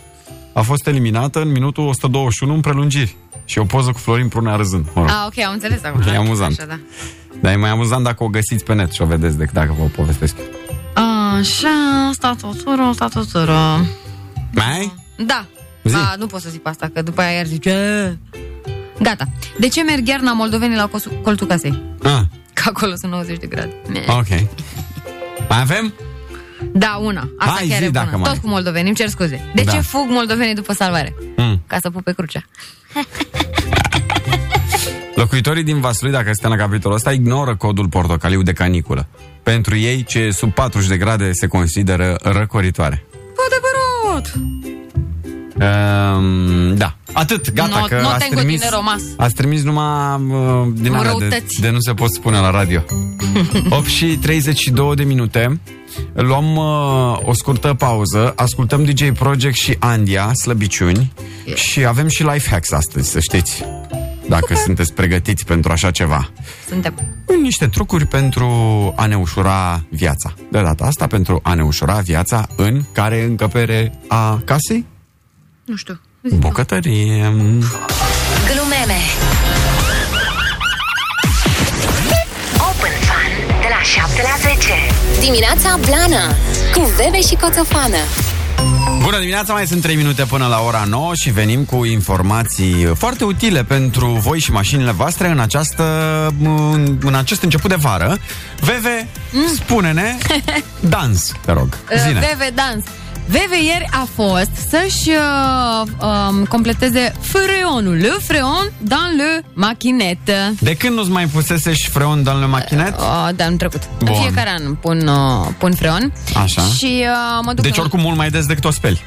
Speaker 2: a fost eliminată în minutul 121 în prelungiri. Și o poză cu Florin Prunea râzând. Mă rog.
Speaker 3: Ah, ok, am înțeles acum.
Speaker 2: E amuzant.
Speaker 3: Așa, da.
Speaker 2: Dar e mai amuzant dacă o găsiți pe net și o vedeți decât dacă vă o povestesc.
Speaker 3: Așa, statuturo, statuturo.
Speaker 2: Mai? ai?
Speaker 3: Da.
Speaker 2: Zi.
Speaker 3: A, nu pot să zic pe asta, că după aia iar zice... "Ă." Gata. De ce merg iarna moldovenii la cosu- colțul casei?
Speaker 2: Ah,
Speaker 3: Că acolo sunt 90 de grade. Meh.
Speaker 2: ok. Mai avem?
Speaker 3: Da, una. Asta
Speaker 2: Hai,
Speaker 3: chiar
Speaker 2: zi
Speaker 3: e bună.
Speaker 2: dacă mai
Speaker 3: Tot
Speaker 2: e.
Speaker 3: cu moldovenii, îmi cer scuze. De
Speaker 2: Da.
Speaker 3: ce fug moldovenii după salvare?
Speaker 2: Mm.
Speaker 3: Ca să pupe crucea.
Speaker 2: Locuitorii din Vaslui, dacă suntem la capitolul ăsta, ignoră codul portocaliu de caniculă. Pentru ei, ce e sub 40 de grade se consideră răcoritoare.
Speaker 3: Adevărat!
Speaker 2: Um, da. Atât, gata,
Speaker 3: No-
Speaker 2: că
Speaker 3: no
Speaker 2: ați
Speaker 3: tengo
Speaker 2: trimis,
Speaker 3: dinero mas.
Speaker 2: ați trimis numai uh, din alea de,
Speaker 3: Răutăți.
Speaker 2: de nu se pot spune la radio. 8 și 32 de minute. Luăm uh, o scurtă pauză, ascultăm DJ Project și Andia, slăbiciuni, și avem și life hacks astăzi, să știți. Dacă sunteți pregătiți pentru așa ceva.
Speaker 3: Suntem.
Speaker 2: niște trucuri pentru a ne ușura viața. De data asta, pentru a ne ușura viața în care încăpere a casei?
Speaker 3: Nu știu.
Speaker 2: Bucătărie.
Speaker 4: Glume
Speaker 1: FM Open Fun de la 7 la 10 Dimineața Blana cu Bebe și Coțofană
Speaker 2: Bună dimineața, mai sunt 3 minute până la ora 9 și venim cu informații foarte utile pentru voi și mașinile voastre în, această, în, în acest început de vară. Veve, mm. spune-ne, dans, te rog,
Speaker 3: Uh,
Speaker 2: zine.
Speaker 3: Veve Ă, Dans. Veve ieri a fost să-și uh, um, completeze freonul, le freon dans le machinet.
Speaker 2: De când nu-ți mai pusese și freon dans le machinet?
Speaker 3: Uh, de anul trecut. În
Speaker 2: Bun.
Speaker 3: fiecare an pun, uh, pun freon.
Speaker 2: Așa.
Speaker 3: Și uh, mă duc
Speaker 2: Deci
Speaker 3: la-
Speaker 2: oricum mult mai des decât o speli.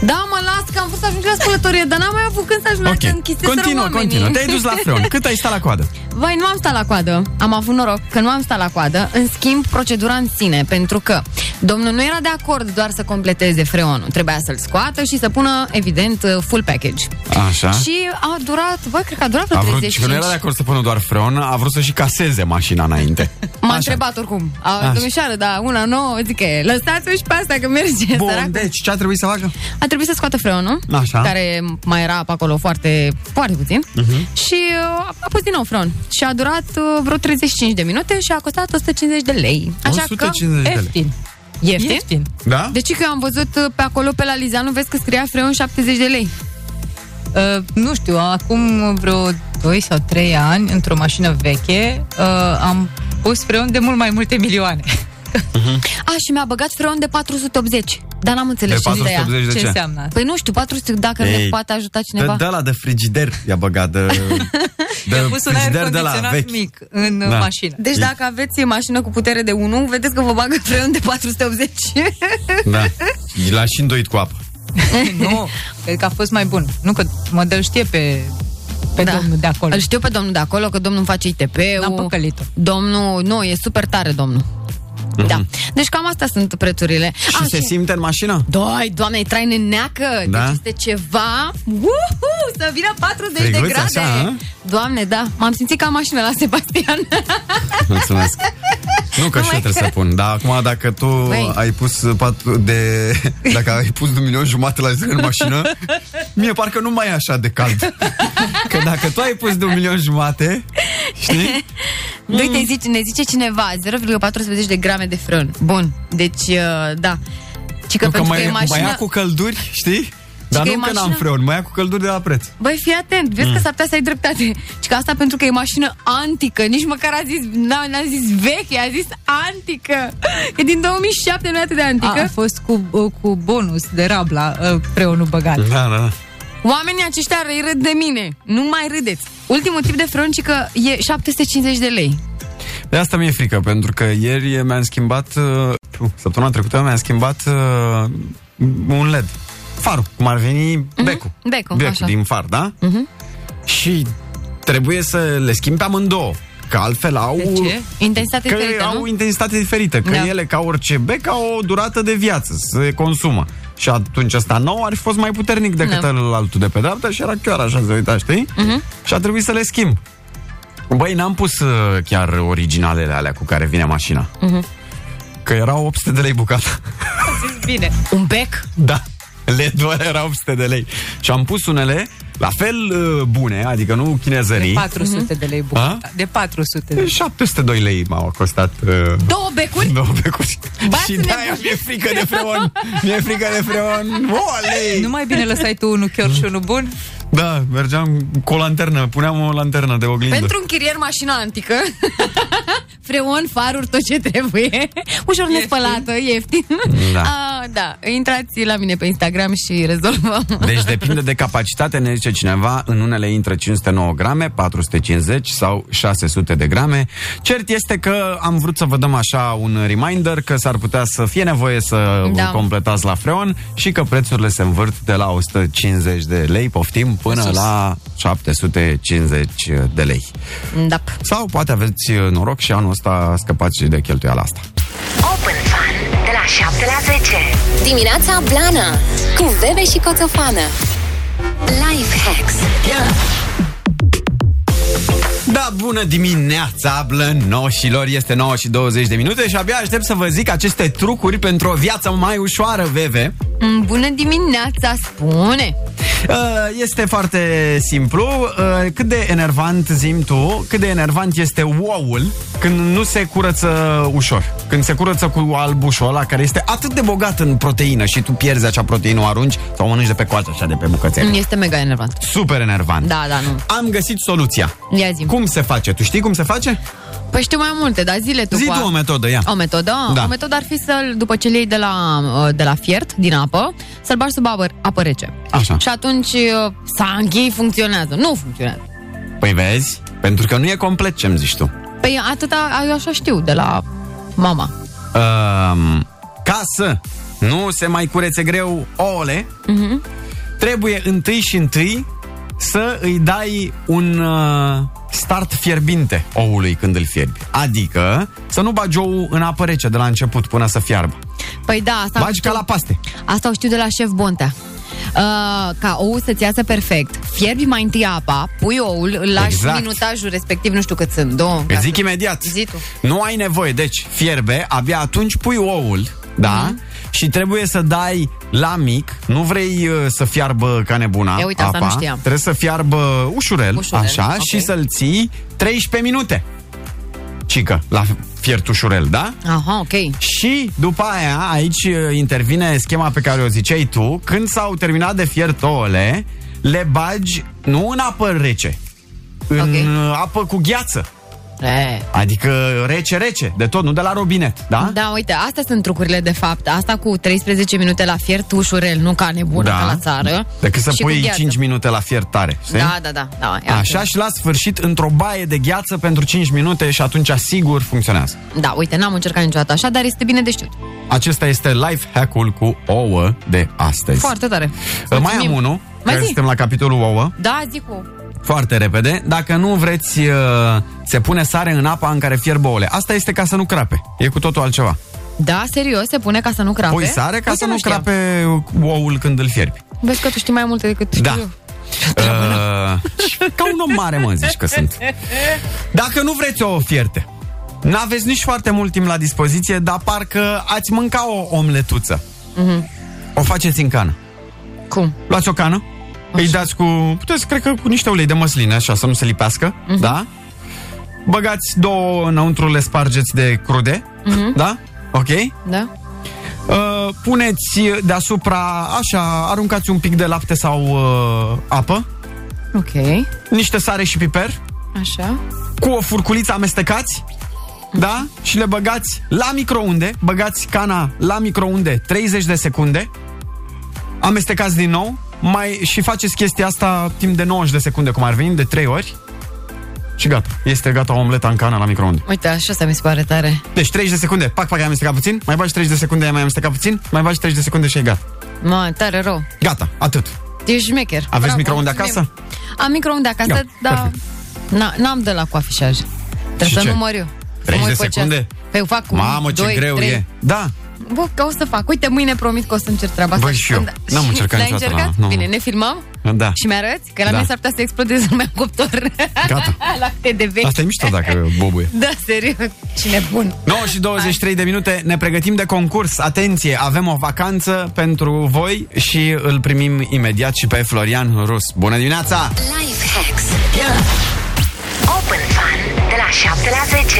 Speaker 3: Da, mă las că am fost să ajung la spălătorie, dar n-am mai avut când să ajung la că
Speaker 2: Ok,
Speaker 3: închiseseră
Speaker 2: continuă,
Speaker 3: oamenii.
Speaker 2: continuă. Te-ai dus la freon. Cât ai stat la coadă?
Speaker 3: Vai, nu am stat la coadă. Am avut noroc că nu am stat la coadă. În schimb, procedura în sine, pentru că domnul nu era de acord doar să completeze freonul. Trebuia să-l scoată și să pună, evident, uh, full package.
Speaker 2: Așa.
Speaker 3: Și a durat, bă, cred că a durat vreo
Speaker 2: A vrut,
Speaker 3: 35.
Speaker 2: și că nu era de acord să pună doar freon, a vrut să și caseze mașina înainte.
Speaker 3: M-a întrebat oricum.
Speaker 2: Așa.
Speaker 3: A, domnișoară, da, una nouă, zic că lăsați-o și pe asta că merge.
Speaker 2: Bun,
Speaker 3: săracă.
Speaker 2: deci ce a trebuit să facă?
Speaker 3: A trebuit să scoată freonul,
Speaker 2: Așa.
Speaker 3: care mai era pe acolo foarte, foarte puțin,
Speaker 2: Mhm.
Speaker 3: uh-huh. și uh, a pus din nou freon. Și a durat uh, vreo 35 de minute și a costat 150 de lei. Așa
Speaker 2: 150 de lei.
Speaker 3: că, Ieftin. Ieftin?
Speaker 11: Ieftin.
Speaker 2: Da?
Speaker 3: Deci că eu am văzut uh, pe acolo, pe la Lizanu, vezi că scria freon 70 de lei.
Speaker 11: Uh, nu știu, acum vreo 2 sau 3 ani, într-o mașină veche, uh, am pus freon de mult mai multe milioane.
Speaker 3: A, și mi-a băgat freon de 480, dar n-am înțeles
Speaker 2: De
Speaker 3: ce înseamnă ea.
Speaker 2: 480 de
Speaker 11: ce,
Speaker 2: ce?
Speaker 11: înseamnă asta?
Speaker 3: Păi nu știu, 400, dacă Ei, ne
Speaker 2: Ei, Da,
Speaker 3: poate ajuta cineva.
Speaker 2: De, de la de frigider i-a băgat de, de
Speaker 11: Am pus un aer
Speaker 2: frigider de la
Speaker 11: condiționat
Speaker 2: vechi.
Speaker 11: mic în
Speaker 2: Da.
Speaker 11: da. mașină.
Speaker 3: Deci dacă aveți mașină cu putere de 1, vedeți că vă bagă freon de 480.
Speaker 2: Da. L-a și îndoit cu apă.
Speaker 11: nu, cred că a fost mai bun. Nu că modelul știe pe, pe da. domnul de acolo.
Speaker 3: Îl știu pe domnul de acolo, că domnul îmi face
Speaker 11: N-am
Speaker 3: ITP-ul.
Speaker 11: păcălit-o.
Speaker 3: Domnul, nu, e super tare domnul. Da. Deci cam astea sunt prețurile.
Speaker 2: Mhm. Și
Speaker 3: A,
Speaker 2: se simte în mașină?
Speaker 3: Doi, doamne, e traine neacă.
Speaker 2: Da?
Speaker 3: Deci este ceva... Uhu, să vină 40 de
Speaker 2: Friguț,
Speaker 3: grade.
Speaker 2: așa, a?
Speaker 3: doamne, da. M-am simțit ca în mașină la Sebastian.
Speaker 2: Mulțumesc. Nu că și eu trebuie să pun, dar acum dacă tu
Speaker 3: Băi.
Speaker 2: ai pus patru de... Dacă ai pus un milion jumate la zile în mașină, mie parcă nu mai e așa de cald. Că dacă tu ai pus de un milion jumate, știi?
Speaker 3: Mm. Uite, zice, ne zice cineva 0,40 de grame de frân. Bun, deci, uh, da. Ci că
Speaker 2: Nu, că
Speaker 3: pentru că
Speaker 2: mai,
Speaker 3: e
Speaker 2: mai
Speaker 3: mașina...
Speaker 2: ia cu călduri, știi? Dar
Speaker 3: că
Speaker 2: nu
Speaker 3: e
Speaker 2: că n-am
Speaker 3: mașina-
Speaker 2: freon, mai ia cu călduri de la preț.
Speaker 3: Băi, fii atent, vezi mm. că s-ar putea să ai dreptate. Și că asta pentru că e mașină antică, nici măcar a zis, n-a, n-a zis veche, a zis antică. E din 2007, nu e atât de
Speaker 11: A,
Speaker 3: antică.
Speaker 2: Ah,
Speaker 11: a fost cu, uh, cu bonus de rabla uh, freonul băgat.
Speaker 2: Da, da, da.
Speaker 3: Oamenii aceștia îi râd de mine. Nu mai râdeți. Ultimul tip de frânci că e 750 de lei.
Speaker 2: De asta mi-e frică, pentru că ieri mi-am schimbat, uh, puh, săptămâna trecută mi-am schimbat uh, un LED. Farul, cum ar veni becul.
Speaker 3: becul,
Speaker 2: becul
Speaker 3: așa.
Speaker 2: din far, da? Și trebuie să le schimb pe amândouă, că altfel au...
Speaker 11: De ce?
Speaker 3: Intensitate
Speaker 2: Că
Speaker 3: diferită,
Speaker 2: au
Speaker 3: nu?
Speaker 2: intensitate diferită, că
Speaker 3: Da.
Speaker 2: ele, ca orice bec, au o durată de viață, se consumă. Și atunci ăsta nou ar fi fost mai puternic decât
Speaker 3: Da. Mhm.
Speaker 2: da. altul de pe dreapta și era chiar așa, se uita, știi? Uh-huh. Și a trebuit să le schimb. Băi, n-am pus uh, chiar originalele alea cu care vine mașina. Uh-huh.
Speaker 3: Mhm.
Speaker 2: Că erau 800 de lei bucata.
Speaker 11: Bine.
Speaker 3: Un bec?
Speaker 2: Da, LED-ul ăla era 800 de lei. Și am pus unele la fel uh, bune, adică nu
Speaker 11: De
Speaker 2: chinezării.
Speaker 11: 400 de lei bucata.
Speaker 2: A?
Speaker 11: De 400 de lei.
Speaker 2: 702 lei m-au costat uh,
Speaker 3: Două becuri?
Speaker 2: Două becuri.
Speaker 3: Bați
Speaker 2: și
Speaker 3: nebunii.
Speaker 2: de-aia mi-e frică de freon. mi-e frică de freon. Olei!
Speaker 11: Nu mai bine lăsai tu unul chiar și unul bun?
Speaker 2: Da, mergeam cu o lanternă. Puneam o lanternă de oglindă.
Speaker 3: Pentru un chirier mașină antică, freon, faruri, tot ce trebuie, ușor nespălată, ieftin.
Speaker 2: Da.
Speaker 3: A, da. Intrați la mine pe Instagram și rezolvăm.
Speaker 2: Deci depinde de capacitate, ne zice cineva, în unele intră 509 grame, 450 sau 600 de grame. Cert este că am vrut să vă dăm așa un reminder că s-ar putea să fie nevoie să da.
Speaker 3: Da.
Speaker 2: completați la freon și că prețurile se învârt de la 150 de lei, poftim, până
Speaker 11: Sus.
Speaker 2: la 750 de lei.
Speaker 3: Da.
Speaker 2: Sau poate aveți uh, noroc și anul ăsta scăpați și de cheltuiala asta.
Speaker 1: Open Fun de la 7 la 10
Speaker 4: Dimineața Blana Cu Bebe și Coțofană
Speaker 1: Life Hacks
Speaker 2: Da, bună dimineața, blănoșilor! Este 9 și 20 de minute și abia aștept să vă zic aceste trucuri pentru o viață mai ușoară, Uh, VV.
Speaker 3: Mm, Bună dimineața, spune!
Speaker 2: Uh, Este foarte simplu. Uh, Cât de enervant, zim tu, cât de enervant este ouul când nu se curăță ușor. Când se curăță cu albușul ăla care este atât de bogat în proteină și tu pierzi acea proteină, o arunci sau o mănânci de pe coajă, așa, de pe
Speaker 11: Mm.
Speaker 2: bucățele.
Speaker 3: Este mega enervant.
Speaker 2: Super enervant.
Speaker 3: Da, da, nu.
Speaker 2: Am găsit soluția.
Speaker 3: Ia zi.
Speaker 2: Cum se face? Tu știi cum se face?
Speaker 3: Păi știu mai multe, dar zile tu
Speaker 2: Zi
Speaker 3: cu a-
Speaker 2: tu o metodă, ia.
Speaker 3: O metodă?
Speaker 2: Da.
Speaker 3: O metodă ar fi să-l, după ce-l iei de la, uh, de la fiert, din apă, să-l bagi sub apă, apă rece.
Speaker 2: Așa.
Speaker 3: Și atunci uh, s-a închei, funcționează. Nu funcționează.
Speaker 2: Păi vezi? Pentru că nu e complet ce-mi zici tu.
Speaker 3: Păi atâta, eu așa știu, de la mama.
Speaker 2: Um, ca să nu se mai curețe greu ouăle,
Speaker 3: Mhm.
Speaker 2: trebuie întâi și întâi să îi dai un uh, start fierbinte oului când îl fierbi. Adică să nu bagi oul în apă rece de la început până să fiarbă.
Speaker 3: Păi da, asta...
Speaker 2: Bagi ca la paste.
Speaker 3: Asta o știu de la șef Bontea. Uh, ca ou să-ți iasă perfect, fierbi mai întâi apa, pui oul, îl lași
Speaker 2: Exact.
Speaker 3: exact. minutajul respectiv, nu știu cât sunt, două.
Speaker 2: Îți zic imediat.
Speaker 3: Zi tu.
Speaker 2: Nu ai nevoie, deci fierbe, abia atunci pui oul, da?
Speaker 3: Mhm.
Speaker 2: Mm-hmm. Și trebuie să dai la mic, nu vrei uh, să fiarbă ca nebuna
Speaker 3: E, uite, asta
Speaker 2: apa,
Speaker 3: nu știam.
Speaker 2: Trebuie să fiarbă ușurel,
Speaker 3: Ușurel,
Speaker 2: așa,
Speaker 3: ok.
Speaker 2: și să-l ții 13 minute. Cică, la fiert ușurel, da?
Speaker 3: Aha, ok.
Speaker 2: Și după aia, aici uh, intervine schema pe care o ziceai tu, când s-au terminat de fiert ouăle, le bagi nu în apă rece, în okay. apă cu gheață.
Speaker 3: E.
Speaker 2: Adică rece, rece, de tot, nu de la robinet, da?
Speaker 3: Da, uite, astea sunt trucurile de fapt. Asta cu 13 minute la fiert ușurel, nu ca nebună
Speaker 2: da.
Speaker 3: ca la țară.
Speaker 2: Decât să
Speaker 3: Și cu
Speaker 2: pui
Speaker 3: gheață.
Speaker 2: 5 minute la fiertare, știi?
Speaker 3: Da, da, da. da ia
Speaker 2: Așa și la sfârșit într-o baie de gheață pentru 5 minute și atunci sigur funcționează.
Speaker 3: uite. Da, uite, n-am încercat niciodată așa, dar este bine de știut.
Speaker 2: Acesta este life hack-ul cu ouă de astăzi.
Speaker 3: Foarte tare.
Speaker 2: Mai am
Speaker 3: Mulțumim.
Speaker 2: unul,
Speaker 3: Mai
Speaker 2: că
Speaker 3: zi.
Speaker 2: suntem la capitolul ouă.
Speaker 3: Da, zic cu...
Speaker 2: Foarte repede. Dacă nu vreți, uh, se pune sare în apa în care fierb ouăle. Asta este ca să nu crape. E cu totul altceva.
Speaker 3: Da, serios, se pune ca să nu crape.
Speaker 2: Pui sare ca
Speaker 3: Uite,
Speaker 2: să nu
Speaker 3: știam.
Speaker 2: crape oul când îl fierbi.
Speaker 3: Vezi că tu știi mai multe decât
Speaker 2: Da.
Speaker 3: știu eu.
Speaker 2: Uh, ca un om mare, mă, zici că sunt. Dacă nu vreți o fierte, n-aveți nici foarte mult timp la dispoziție, dar parcă ați mânca o omletuță.
Speaker 3: Mhm.
Speaker 2: O faceți în cană.
Speaker 3: Cum?
Speaker 2: Luați o cană, așa. îi dați cu, puteți, cred că cu niște ulei de măsline, așa, să nu se lipească, uh-huh. da? Băgați două înăuntru, le spargeți de crude, uh-huh. da? Ok?
Speaker 3: Da?
Speaker 2: Uh, puneți deasupra, așa, aruncați un pic de lapte sau uh, apă,
Speaker 3: Ok.
Speaker 2: niște sare și piper,
Speaker 3: Așa.
Speaker 2: cu o furculiță amestecați, da? Și le băgați la microunde, băgați cana la microunde 30 de secunde, amestecați din nou mai, și faceți chestia asta timp de 90 de secunde, cum ar veni, de 3 ori. Și gata. Este gata omleta în cana la microunde.
Speaker 3: Uite, așa asta mi se pare tare.
Speaker 2: Deci 30 de secunde, pac, pac, ai amestecat puțin, mai bagi 30 de secunde, ai mai amestecat puțin, mai bagi 30 de secunde și e gata.
Speaker 3: Mă, tare rău.
Speaker 2: Gata, atât.
Speaker 3: Ești șmecher.
Speaker 2: Aveți microunde acasă?
Speaker 3: Am microunde acasă,
Speaker 2: Ia,
Speaker 3: dar na, n-am de la cu afișaj. Trebuie
Speaker 2: Și
Speaker 3: să
Speaker 2: ce?
Speaker 3: nu mor eu. Să
Speaker 2: 30
Speaker 3: mă
Speaker 2: de
Speaker 3: uit pe ceas.
Speaker 2: secunde?
Speaker 3: Păi eu fac cu
Speaker 2: Mamă, ce
Speaker 3: doi,
Speaker 2: greu
Speaker 3: trei.
Speaker 2: e. Da,
Speaker 3: Bă, că o să fac. Uite, mâine promit că o să încerc treaba asta.
Speaker 2: Bă, și eu.
Speaker 3: Când-
Speaker 2: N-am
Speaker 3: și-
Speaker 2: încercat
Speaker 3: n-ai
Speaker 2: niciodată,
Speaker 3: încercat?
Speaker 2: nu.
Speaker 3: Bine, ne filmăm?
Speaker 2: da.
Speaker 3: Și mi-arăți? Că la
Speaker 2: Da.
Speaker 3: mine s-ar putea să explodeze în cuptor.
Speaker 2: Gata.
Speaker 3: la cât de vechi.
Speaker 2: Asta e mișto dacă bobuie.
Speaker 3: Da, serios. Cine bun.
Speaker 2: 9 și 23 de minute, ne pregătim de concurs. Atenție, avem o vacanță pentru voi și îl primim imediat și pe Florian Rus. Bună dimineața!
Speaker 4: Life Hacks Open Fun de la 7 la 10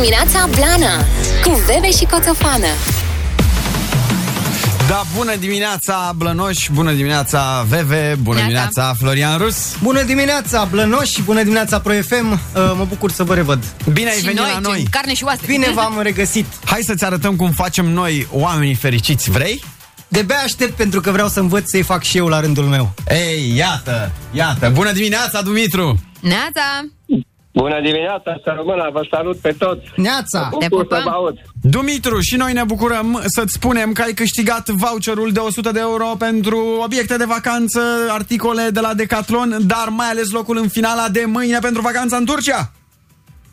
Speaker 4: Dimineața Blana Cu Bebe și Coțofană
Speaker 2: Da, bună dimineața Blănoș, bună dimineața Veve, bună dimineața Florian Rus.
Speaker 7: Bună dimineața, Blănoș și bună dimineața, Pro FM. Uh, Mă bucur să vă revăd.
Speaker 2: Bine ai venit la noi!
Speaker 3: Carne și oase.
Speaker 7: Bine v-am regăsit.
Speaker 2: Hai să-ți arătăm cum facem noi oamenii fericiți, vrei?
Speaker 7: De-abia aștept pentru că vreau să învăț să-i fac și eu la rândul meu.
Speaker 2: Ei, iată, iată, bună dimineața Dumitru!
Speaker 3: Neața!
Speaker 12: Bună dimineața, să rămână, vă salut pe toți.
Speaker 7: Neața!
Speaker 12: Mă bucur să vă aud.
Speaker 2: Dumitru, și noi ne bucurăm să-ți spunem că ai câștigat voucherul de 100 de euro pentru obiecte de vacanță, articole de la Decathlon, dar mai ales locul în finala de mâine pentru vacanța în Turcia.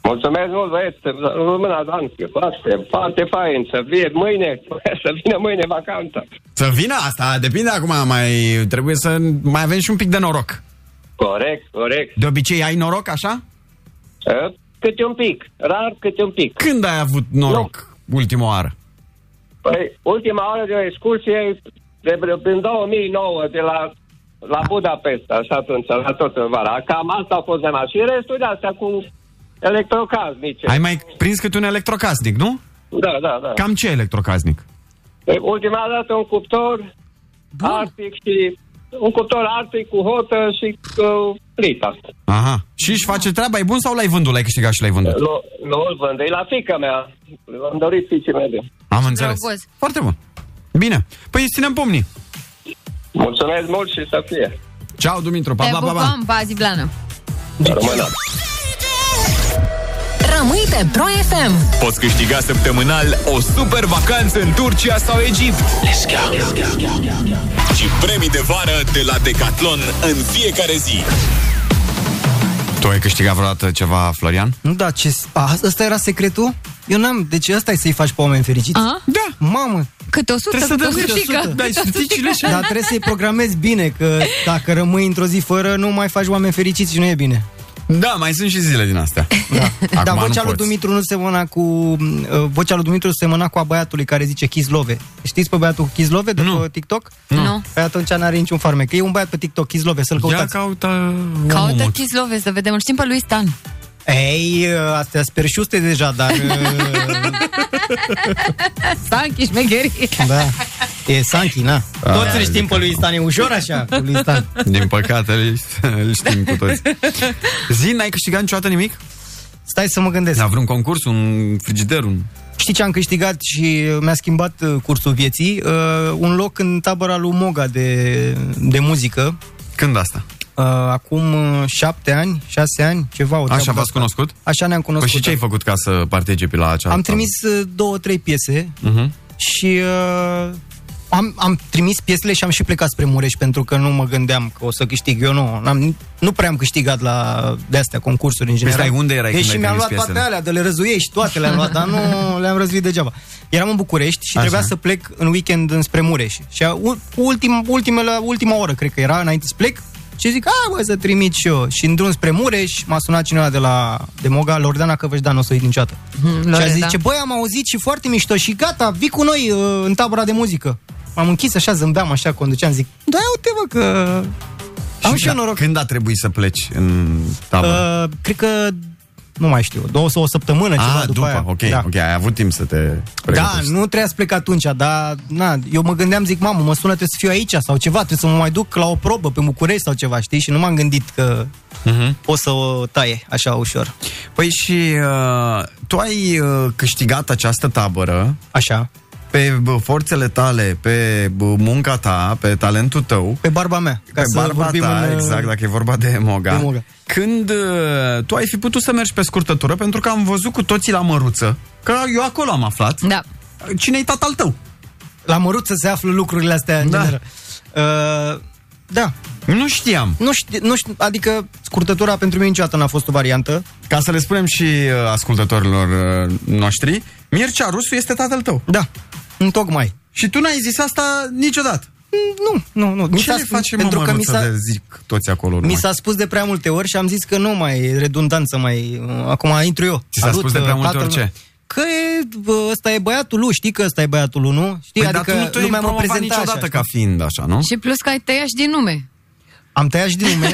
Speaker 12: Mulțumesc mult, băieți, să rămână danță. Foarte, foarte fain, să fie mâine, să vină mâine vacanța.
Speaker 2: Să vină asta, depinde acum, mai trebuie să mai avem și un pic de noroc.
Speaker 12: Corect, corect.
Speaker 2: De obicei ai noroc, așa?
Speaker 12: E, Câte un pic, rar câte un pic.
Speaker 2: Când ai avut noroc ultima oară?
Speaker 12: Păi, ultima oară de o excursie de, prin 2009 de la la Budapesta și atunci, la toată vara. Cam asta a fost zema. Și restul de astea cu electrocasnice.
Speaker 2: Ai mai prins câte un electrocasnic, nu?
Speaker 12: Da, da, da.
Speaker 2: Cam ce electrocasnic?
Speaker 12: E, Păi, Ultima dată un cuptor Bun. Arctic și un cuptor Arctic cu hotă și uh, cu plita.
Speaker 2: Aha. Și își face treaba, e bun sau l-ai vândut, l-ai câștigat și l-ai vândut?
Speaker 12: Nu, nu îl vând, e la fica mea. Am dorit fiicii mele.
Speaker 2: Am înțeles.
Speaker 3: Drăguț.
Speaker 2: Foarte bun. Bine. Păi ținem pumnii.
Speaker 12: Mulțumesc mult și să fie.
Speaker 2: Ceau, Dumitru. Pa,
Speaker 3: Te
Speaker 2: pa, pa, pa.
Speaker 3: pupăm, pa, zi blană.
Speaker 12: Rămână.
Speaker 4: Rămâi pe Pro FM.
Speaker 13: Poți câștiga săptămânal o super vacanță în Turcia sau Egipt. Let's go! Și premii de vară de la Decathlon în fiecare zi.
Speaker 2: Tu ai câștigat vreodată ceva, Florian?
Speaker 7: Nu, da, ce... A, asta era secretul? Eu n-am... Deci asta e să-i faci pe oameni fericiți.
Speaker 3: A?
Speaker 2: Da.
Speaker 7: Mamă!
Speaker 3: Câte 100,
Speaker 7: Trebuie să
Speaker 3: câte
Speaker 7: dăm câte
Speaker 3: 100.
Speaker 7: 100.
Speaker 2: Păi,
Speaker 3: câte 100.
Speaker 7: Dar Da, trebuie să-i programezi bine, că dacă rămâi într-o zi fără, nu mai faci oameni fericiți și nu e bine.
Speaker 2: Da, mai sunt și zile din astea. Da. Acum
Speaker 7: Dar vocea
Speaker 2: nu
Speaker 7: lui
Speaker 2: poți.
Speaker 7: Dumitru nu semăna cu uh, vocea lui Dumitru semăna cu a băiatului care zice Chizlove. Știți pe băiatul cu Chizlove de nu. pe TikTok?
Speaker 3: Nu. Nu.
Speaker 7: Păi atunci n-are niciun farmec. E un băiat pe TikTok Chizlove, să-l
Speaker 2: Ia
Speaker 7: căutați.
Speaker 2: caută...
Speaker 3: Caută Chislove să vedem. Îl știm pe lui Stan.
Speaker 7: Ei, uh, astea sperșuste deja, dar uh,
Speaker 3: Stan Chișmegheri.
Speaker 7: da. E Sanchi, na.
Speaker 2: Ah,
Speaker 7: Toți îl știm pe lui Stan, e ușor așa, pe lui Stan.
Speaker 2: Din păcate, îl, îl știm cu toți. Zi, n-ai câștigat niciodată nimic?
Speaker 7: Stai să mă gândesc.
Speaker 2: La vreun concurs, un frigider, un...
Speaker 7: Știi ce am câștigat și mi-a schimbat uh, cursul vieții? Uh, un loc în tabăra lui Moga de, de muzică.
Speaker 2: Când asta?
Speaker 7: Uh, acum uh, șapte ani, șase ani, ceva. O
Speaker 2: Așa
Speaker 7: treabă
Speaker 2: v-ați cunoscut?
Speaker 7: Așa ne-am
Speaker 2: Păi
Speaker 7: cunoscut. da.
Speaker 2: și ce ai făcut ca să participi la acea...
Speaker 7: Am trimis uh, două, trei piese
Speaker 2: Uh-huh.
Speaker 7: și uh, am, am trimis piesele și am și plecat spre Mureș pentru că nu mă gândeam că o să câștig. Eu nu, n-am, nu prea am câștigat la de-astea concursuri în general.
Speaker 2: Păi stai, unde erai
Speaker 7: Deci
Speaker 2: când ai
Speaker 7: mi-am
Speaker 2: trimis
Speaker 7: luat toate
Speaker 2: piesele?
Speaker 7: alea, de le răzuiești, toate le-am luat, dar nu le-am răzuit degeaba. Eram în București și
Speaker 2: Așa.
Speaker 7: trebuia să plec în weekend înspre Mureș. Și a- u- ultim, ultimele, ultima oră, cred că era, înainte să plec, și zic, a, bă, să trimit și eu. Și în drum spre Mureș m-a sunat cineva de la Demoga, Loredana Căvășdan, o să o uit niciodată. Și a
Speaker 3: Lorena.
Speaker 7: zis, zice, băi, am auzit și foarte mișto și gata, vii cu noi uh, în tabăra de muzică. M-am închis așa, zâmbeam așa, conduceam, zic, da, uite mă că... Am și eu noroc.
Speaker 2: da, Când a trebuit să pleci în tabără?
Speaker 7: Uh, cred că, nu mai știu, două sau o săptămână, ceva
Speaker 2: ah,
Speaker 7: după,
Speaker 2: după,
Speaker 7: aia.
Speaker 2: ok,
Speaker 7: da.
Speaker 2: ok, ai avut timp să te
Speaker 7: Da,
Speaker 2: pregătești.
Speaker 7: nu trebuia să plec atunci, dar na, eu mă gândeam, zic, mamă, mă sună, trebuie să fiu aici sau ceva, trebuie să mă mai duc la o probă Uh, pe București sau ceva, știi? Și nu m-am gândit că
Speaker 2: Mhm.
Speaker 7: o să o taie așa ușor.
Speaker 2: Păi și uh, tu ai uh, câștigat această tabără
Speaker 7: Așa.
Speaker 2: pe bă, forțele tale, pe bă, munca ta, pe talentul tău,
Speaker 7: Pe barba mea,
Speaker 2: pe
Speaker 7: ca să
Speaker 2: barba
Speaker 7: vorbim
Speaker 2: ta,
Speaker 7: în, uh,
Speaker 2: exact, dacă e vorba de moga.
Speaker 7: de Moga.
Speaker 2: Când uh, tu ai fi putut să mergi pe scurtătură, pentru că am văzut cu toții la măruță, că eu acolo am aflat,
Speaker 3: Da.
Speaker 7: Mm.
Speaker 2: cine-i tatăl tău?
Speaker 7: La măruță se află lucrurile astea în
Speaker 2: Da.
Speaker 7: general. Uh, da.
Speaker 2: Nu știam.
Speaker 7: Nu știu, nu știu, adică scurtătura pentru mine niciodată n-a fost o variantă.
Speaker 2: Ca să le spunem și uh, ascultătorilor uh, noștri, Mircea Rusu este tatăl tău.
Speaker 7: Da, întocmai.
Speaker 2: Și tu n-ai zis asta niciodată.
Speaker 7: Nu, nu, nu. Mi
Speaker 2: Ce
Speaker 7: s-a
Speaker 2: le
Speaker 7: spus-
Speaker 2: face pentru că mi s de zic toți acolo?
Speaker 7: mi
Speaker 2: numai?
Speaker 7: s-a spus de prea multe ori și am zis că nu mai e redundant să mai... uh, Acum intru eu.
Speaker 2: Ți s-a
Speaker 7: Salut,
Speaker 2: spus de prea multe
Speaker 7: tatăl
Speaker 2: ori
Speaker 7: meu.
Speaker 2: ce?
Speaker 7: Că e, bă, ăsta e băiatul lui, știi că ăsta e băiatul lui, nu? Știi?
Speaker 2: Păi,
Speaker 7: adică
Speaker 2: dar tu nu te-ai
Speaker 7: lumea mă
Speaker 2: promovat
Speaker 7: prezenta
Speaker 2: niciodată
Speaker 7: așa.
Speaker 2: ca fiind așa, nu?
Speaker 3: Și plus că ai tăiat și din nume.
Speaker 7: Am tăiat și din nume,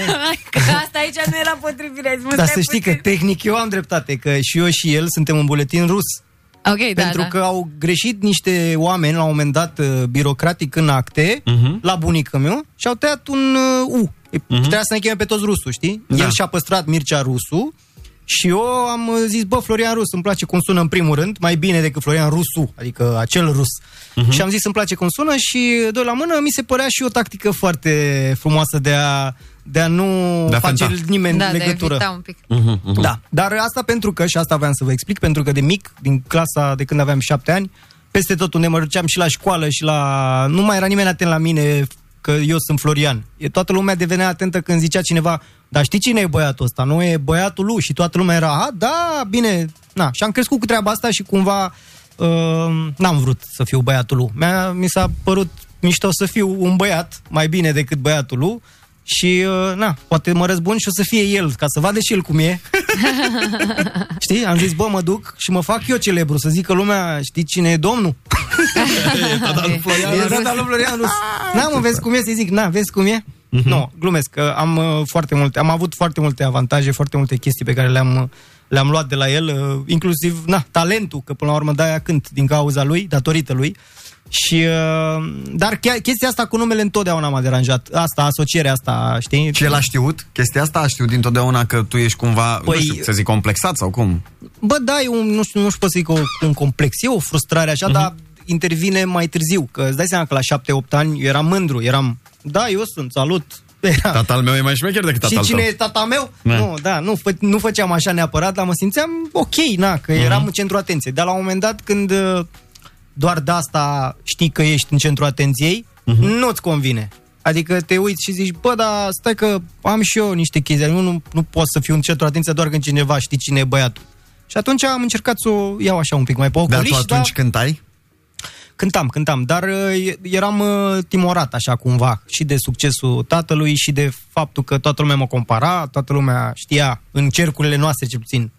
Speaker 3: Că asta aici nu era potrivirea. ai spus,
Speaker 7: dar
Speaker 3: stai
Speaker 7: Da, să știi că
Speaker 3: puțin.
Speaker 7: tehnic eu am dreptate, că și eu și el suntem în buletin rus.
Speaker 3: Ok, da,
Speaker 7: Pentru
Speaker 3: da.
Speaker 7: că au greșit niște oameni la un moment dat uh, birocratic în acte
Speaker 2: Mhm.
Speaker 7: la bunică meu și au tăiat un uh, U. Uh-huh. Trebuia să ne cheme pe toți rusul, știi?
Speaker 2: Da.
Speaker 7: El și-a păstrat Mircea Rusu și eu am uh, zis, bă, Florian Rus, îmi place cum sună în primul rând, mai bine decât Florian Rusu, adică acel rus.
Speaker 2: Mhm.
Speaker 7: Uh-huh. Și am zis, îmi place cum sună și, uh, doi la mână, mi se părea și o tactică foarte frumoasă de a, de a nu
Speaker 2: De a
Speaker 7: face
Speaker 2: fenta.
Speaker 7: nimeni
Speaker 3: da,
Speaker 7: legătură.
Speaker 3: Da, un pic.
Speaker 2: Mhm, mhm.
Speaker 7: Da, dar asta pentru că, și asta voiam să vă explic, pentru că de mic, din clasa de când aveam șapte ani, peste tot unde mă duceam și la școală și la... Nu mai era nimeni atent la mine că eu sunt Florian. E, toată lumea devenea atentă când zicea cineva, dar știi cine e băiatul ăsta? Nu e băiatul lui și toată lumea era, a, da, bine, na. Și am crescut cu treaba asta și cumva uh, n-am vrut să fiu băiatul lui. Mi-a, mi s-a părut mișto să fiu un băiat mai bine decât băiatul lui Și, uh, na, poate mă răzbun și o să fie el, ca să vadă și el cum e. știi? Am zis, bă, mă duc și mă fac eu celebru, să zică lumea, știi cine e domnul? E tata lui Florian Rus. Na, mă, vezi cum e, să zic, na, vezi cum e?
Speaker 2: Mhm.
Speaker 7: Uh-huh. Nu, glumesc, că am uh, foarte multe, am avut foarte multe avantaje, foarte multe chestii pe care le-am uh, le-am luat de la el, uh, inclusiv, na, talentul, că până la urmă de-aia cânt din cauza lui, datorită lui. Și, uh, dar chiar chestia asta cu numele întotdeauna m-a deranjat. Asta, asocierea asta, știi?
Speaker 2: Și el a știut chestia asta? A știut dintotdeauna că tu ești cumva, păi, nu știu, să zic, complexat sau cum?
Speaker 7: Bă, da, e un, nu știu, nu știu pot să zic o, un complex, e o frustrare așa, uh-huh. dar intervine mai târziu, că îți dai seama că la 7-8 ani eu eram mândru, eram, da, eu sunt, salut.
Speaker 2: Da.
Speaker 7: Era.
Speaker 14: Tatăl meu e mai șmecher decât tatăl
Speaker 7: Și cine
Speaker 14: tău.
Speaker 7: e tata meu?
Speaker 14: Da.
Speaker 7: Nu, da, nu, fă, nu făceam așa neapărat, dar mă simțeam ok, na, că
Speaker 2: Mhm.
Speaker 7: eram în centru atenției. Dar la un moment dat când uh, doar de asta știi că ești în centru atenției,
Speaker 2: Mhm.
Speaker 7: nu-ți convine. Adică te uiți și zici, bă, dar stai că am și eu niște chestii, nu, nu, nu pot să fiu în centru atenției doar când cineva știe cine e băiatul. Și atunci am încercat să o iau așa un pic mai pe
Speaker 14: Dar
Speaker 7: oculiș,
Speaker 14: tu atunci
Speaker 2: da?
Speaker 14: cântai?
Speaker 7: Cântam, cântam, dar uh, eram uh, timorat așa cumva și de succesul tatălui și de faptul că toată lumea mă compara, toată lumea știa în cercurile noastre ce puțin,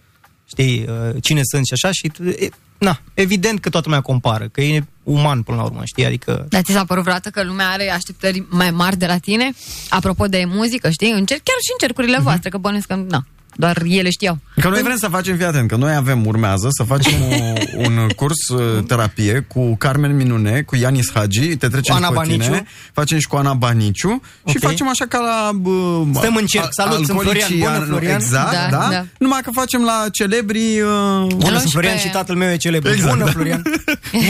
Speaker 7: știi, uh, cine sunt și așa și uh, e, na, evident că toată lumea compară, că e uman până la urmă, știi, adică
Speaker 3: Dar ți s-a părut vreodată că lumea are așteptări mai mari de la tine? Apropo de muzică, știi? Încerc chiar și în cercurile
Speaker 7: Mhm.
Speaker 3: voastre, că bănuiesc că, na, doar ele știau.
Speaker 2: Că noi vrem să facem, fii atent, că noi avem, urmează să facem o, un curs uh, terapie cu Carmen Minune, cu Ianis Hagi, te trecem
Speaker 7: Ana
Speaker 2: și pe tine,
Speaker 7: Baniciu.
Speaker 2: facem și cu Ana Baniciu și facem așa ca la... Bă,
Speaker 7: Stăm în cerc. Salut, sunt
Speaker 2: alcoolicii,
Speaker 7: Florian. Bună,
Speaker 2: al-
Speaker 7: Florian.
Speaker 2: Exact, da,
Speaker 7: Da,
Speaker 2: da,
Speaker 7: da.
Speaker 2: Numai că facem la celebrii... Uh,
Speaker 7: Bună, sunt Florian și tatăl meu e celebru.
Speaker 2: Exact,
Speaker 7: Exact, Bună,
Speaker 2: da.
Speaker 7: Florian.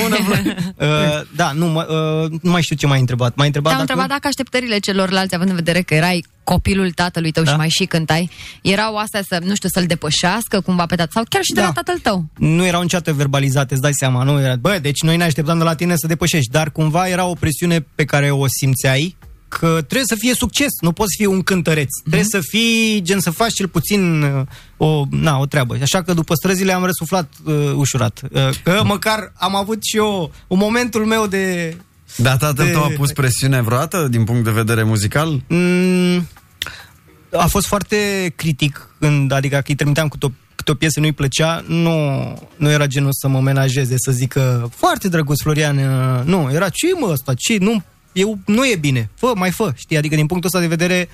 Speaker 7: Bună, Florian. uh, da, nu, mă, uh, nu mai știu ce m-ai întrebat. M-ai întrebat
Speaker 3: Te-am
Speaker 7: dacă...
Speaker 3: întrebat dacă așteptările celorlalți, având în vedere că erai copilul tatălui tău da. și mai și cântai, erau astea să, nu știu, să-l depășească cumva pe tată sau chiar și de
Speaker 7: Da.
Speaker 3: la tatăl tău.
Speaker 7: nu erau niciodată verbalizate, îți dai seama, nu era, bă, deci noi ne așteptam de la tine să depășești, dar cumva era o presiune pe care o simțeai că trebuie să fie succes, nu poți fi un cântăreț, mm-hmm. trebuie să fii, gen să faci cel puțin uh, o, na, o treabă. Așa că după străzile am răsuflat uh, ușurat, uh, că măcar am avut și eu un momentul meu de...
Speaker 2: Da, tatăl
Speaker 7: de-
Speaker 2: tău a pus presiune vreodată din punct de vedere muzical?
Speaker 7: Mm, a fost foarte critic, când, adică când îi trimiteam cu o, câte o piesă nu-i plăcea, nu, nu era genul să mă menajeze, să zică, foarte drăguț Florian, uh, nu, era ce mă ăsta, ce, nu, eu, nu e bine, fă, mai fă, știi, adică din punctul ăsta de vedere,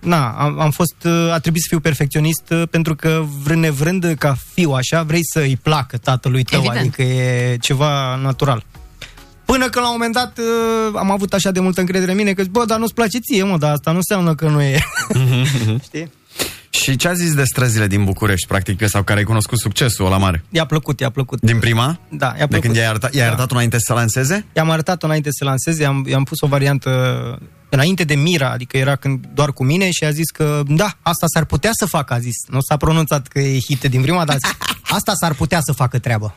Speaker 7: na, am, am fost, uh, a trebuit să fiu perfecționist uh, pentru că vrând nevrând ca fiu așa, vrei să îi placă tatălui tău,
Speaker 15: Evident.
Speaker 7: adică e ceva natural. Până că la un moment dat uh, am avut așa de multă încredere în mine că, zic, bă, dar nu-ți place ție, mă, dar asta nu înseamnă că nu e. Știi?
Speaker 2: Și ce a zis de străzile din București, practic, sau care ai cunoscut succesul la mare?
Speaker 7: I-a plăcut, i-a plăcut.
Speaker 2: Din prima?
Speaker 7: Da, i-a plăcut.
Speaker 2: De când i-ai arătat, i-ai
Speaker 7: Da.
Speaker 2: arătat înainte să lanseze?
Speaker 7: I-am arătat înainte să lanseze, i-am, i-am pus o variantă înainte de Mira, adică era când doar cu mine și a zis că, da, asta s-ar putea să facă, a zis. Nu s-a pronunțat că e hit din prima, dar a zis, asta s-ar putea să facă treabă.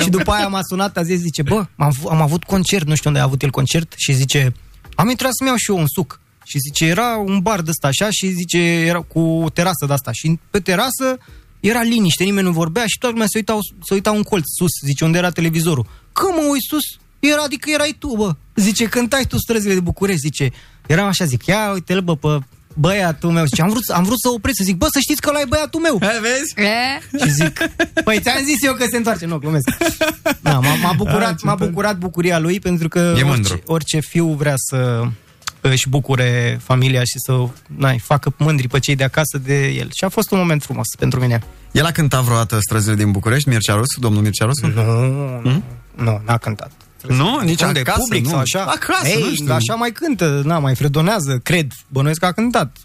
Speaker 7: și după aia m-a sunat, a zis, zice, bă, am, av- am avut concert, nu știu unde a avut el concert și zice, am intrat să-mi iau și eu un suc. Și zice, era un bar de ăsta așa și zice, era cu terasă de asta. Și pe terasă era liniște, nimeni nu vorbea și toată lumea se uita, se uita un colț sus, zice, unde era televizorul. Că mă uit sus, era, adică erai tu, bă. Zice, cântai tu străzile de București, zice. Eram așa, zic, ia uite-l, bă, pe băiatul meu. Zice, am vrut, am vrut să opresc, să zic, bă, să știți că ăla e băiatul meu.
Speaker 2: vezi?
Speaker 7: E? Și zic, păi ți-am zis eu că se întoarce, nu, glumesc. Da, m-a, m-a,
Speaker 2: Ah,
Speaker 7: bucurat,
Speaker 2: ce
Speaker 7: m-a
Speaker 2: tare.
Speaker 7: bucurat bucuria lui pentru că
Speaker 2: E mândru.
Speaker 7: orice, orice fiu vrea să își bucure familia și să na, facă mândri pe cei de acasă de el. Și a fost un moment frumos pentru mine.
Speaker 2: El a cântat vreodată străzile din București, Mircea Rusu, domnul Mircea Rusu?
Speaker 7: Nu, nu, nu n-a cântat.
Speaker 2: Nu? Nici
Speaker 7: Unde,
Speaker 2: acasă,
Speaker 7: public
Speaker 2: nu?
Speaker 7: sau așa?
Speaker 2: Acasă,
Speaker 7: Ei,
Speaker 2: nu știu.
Speaker 7: dar Așa mai cântă, na, mai fredonează, cred. Bănuiesc că a cântat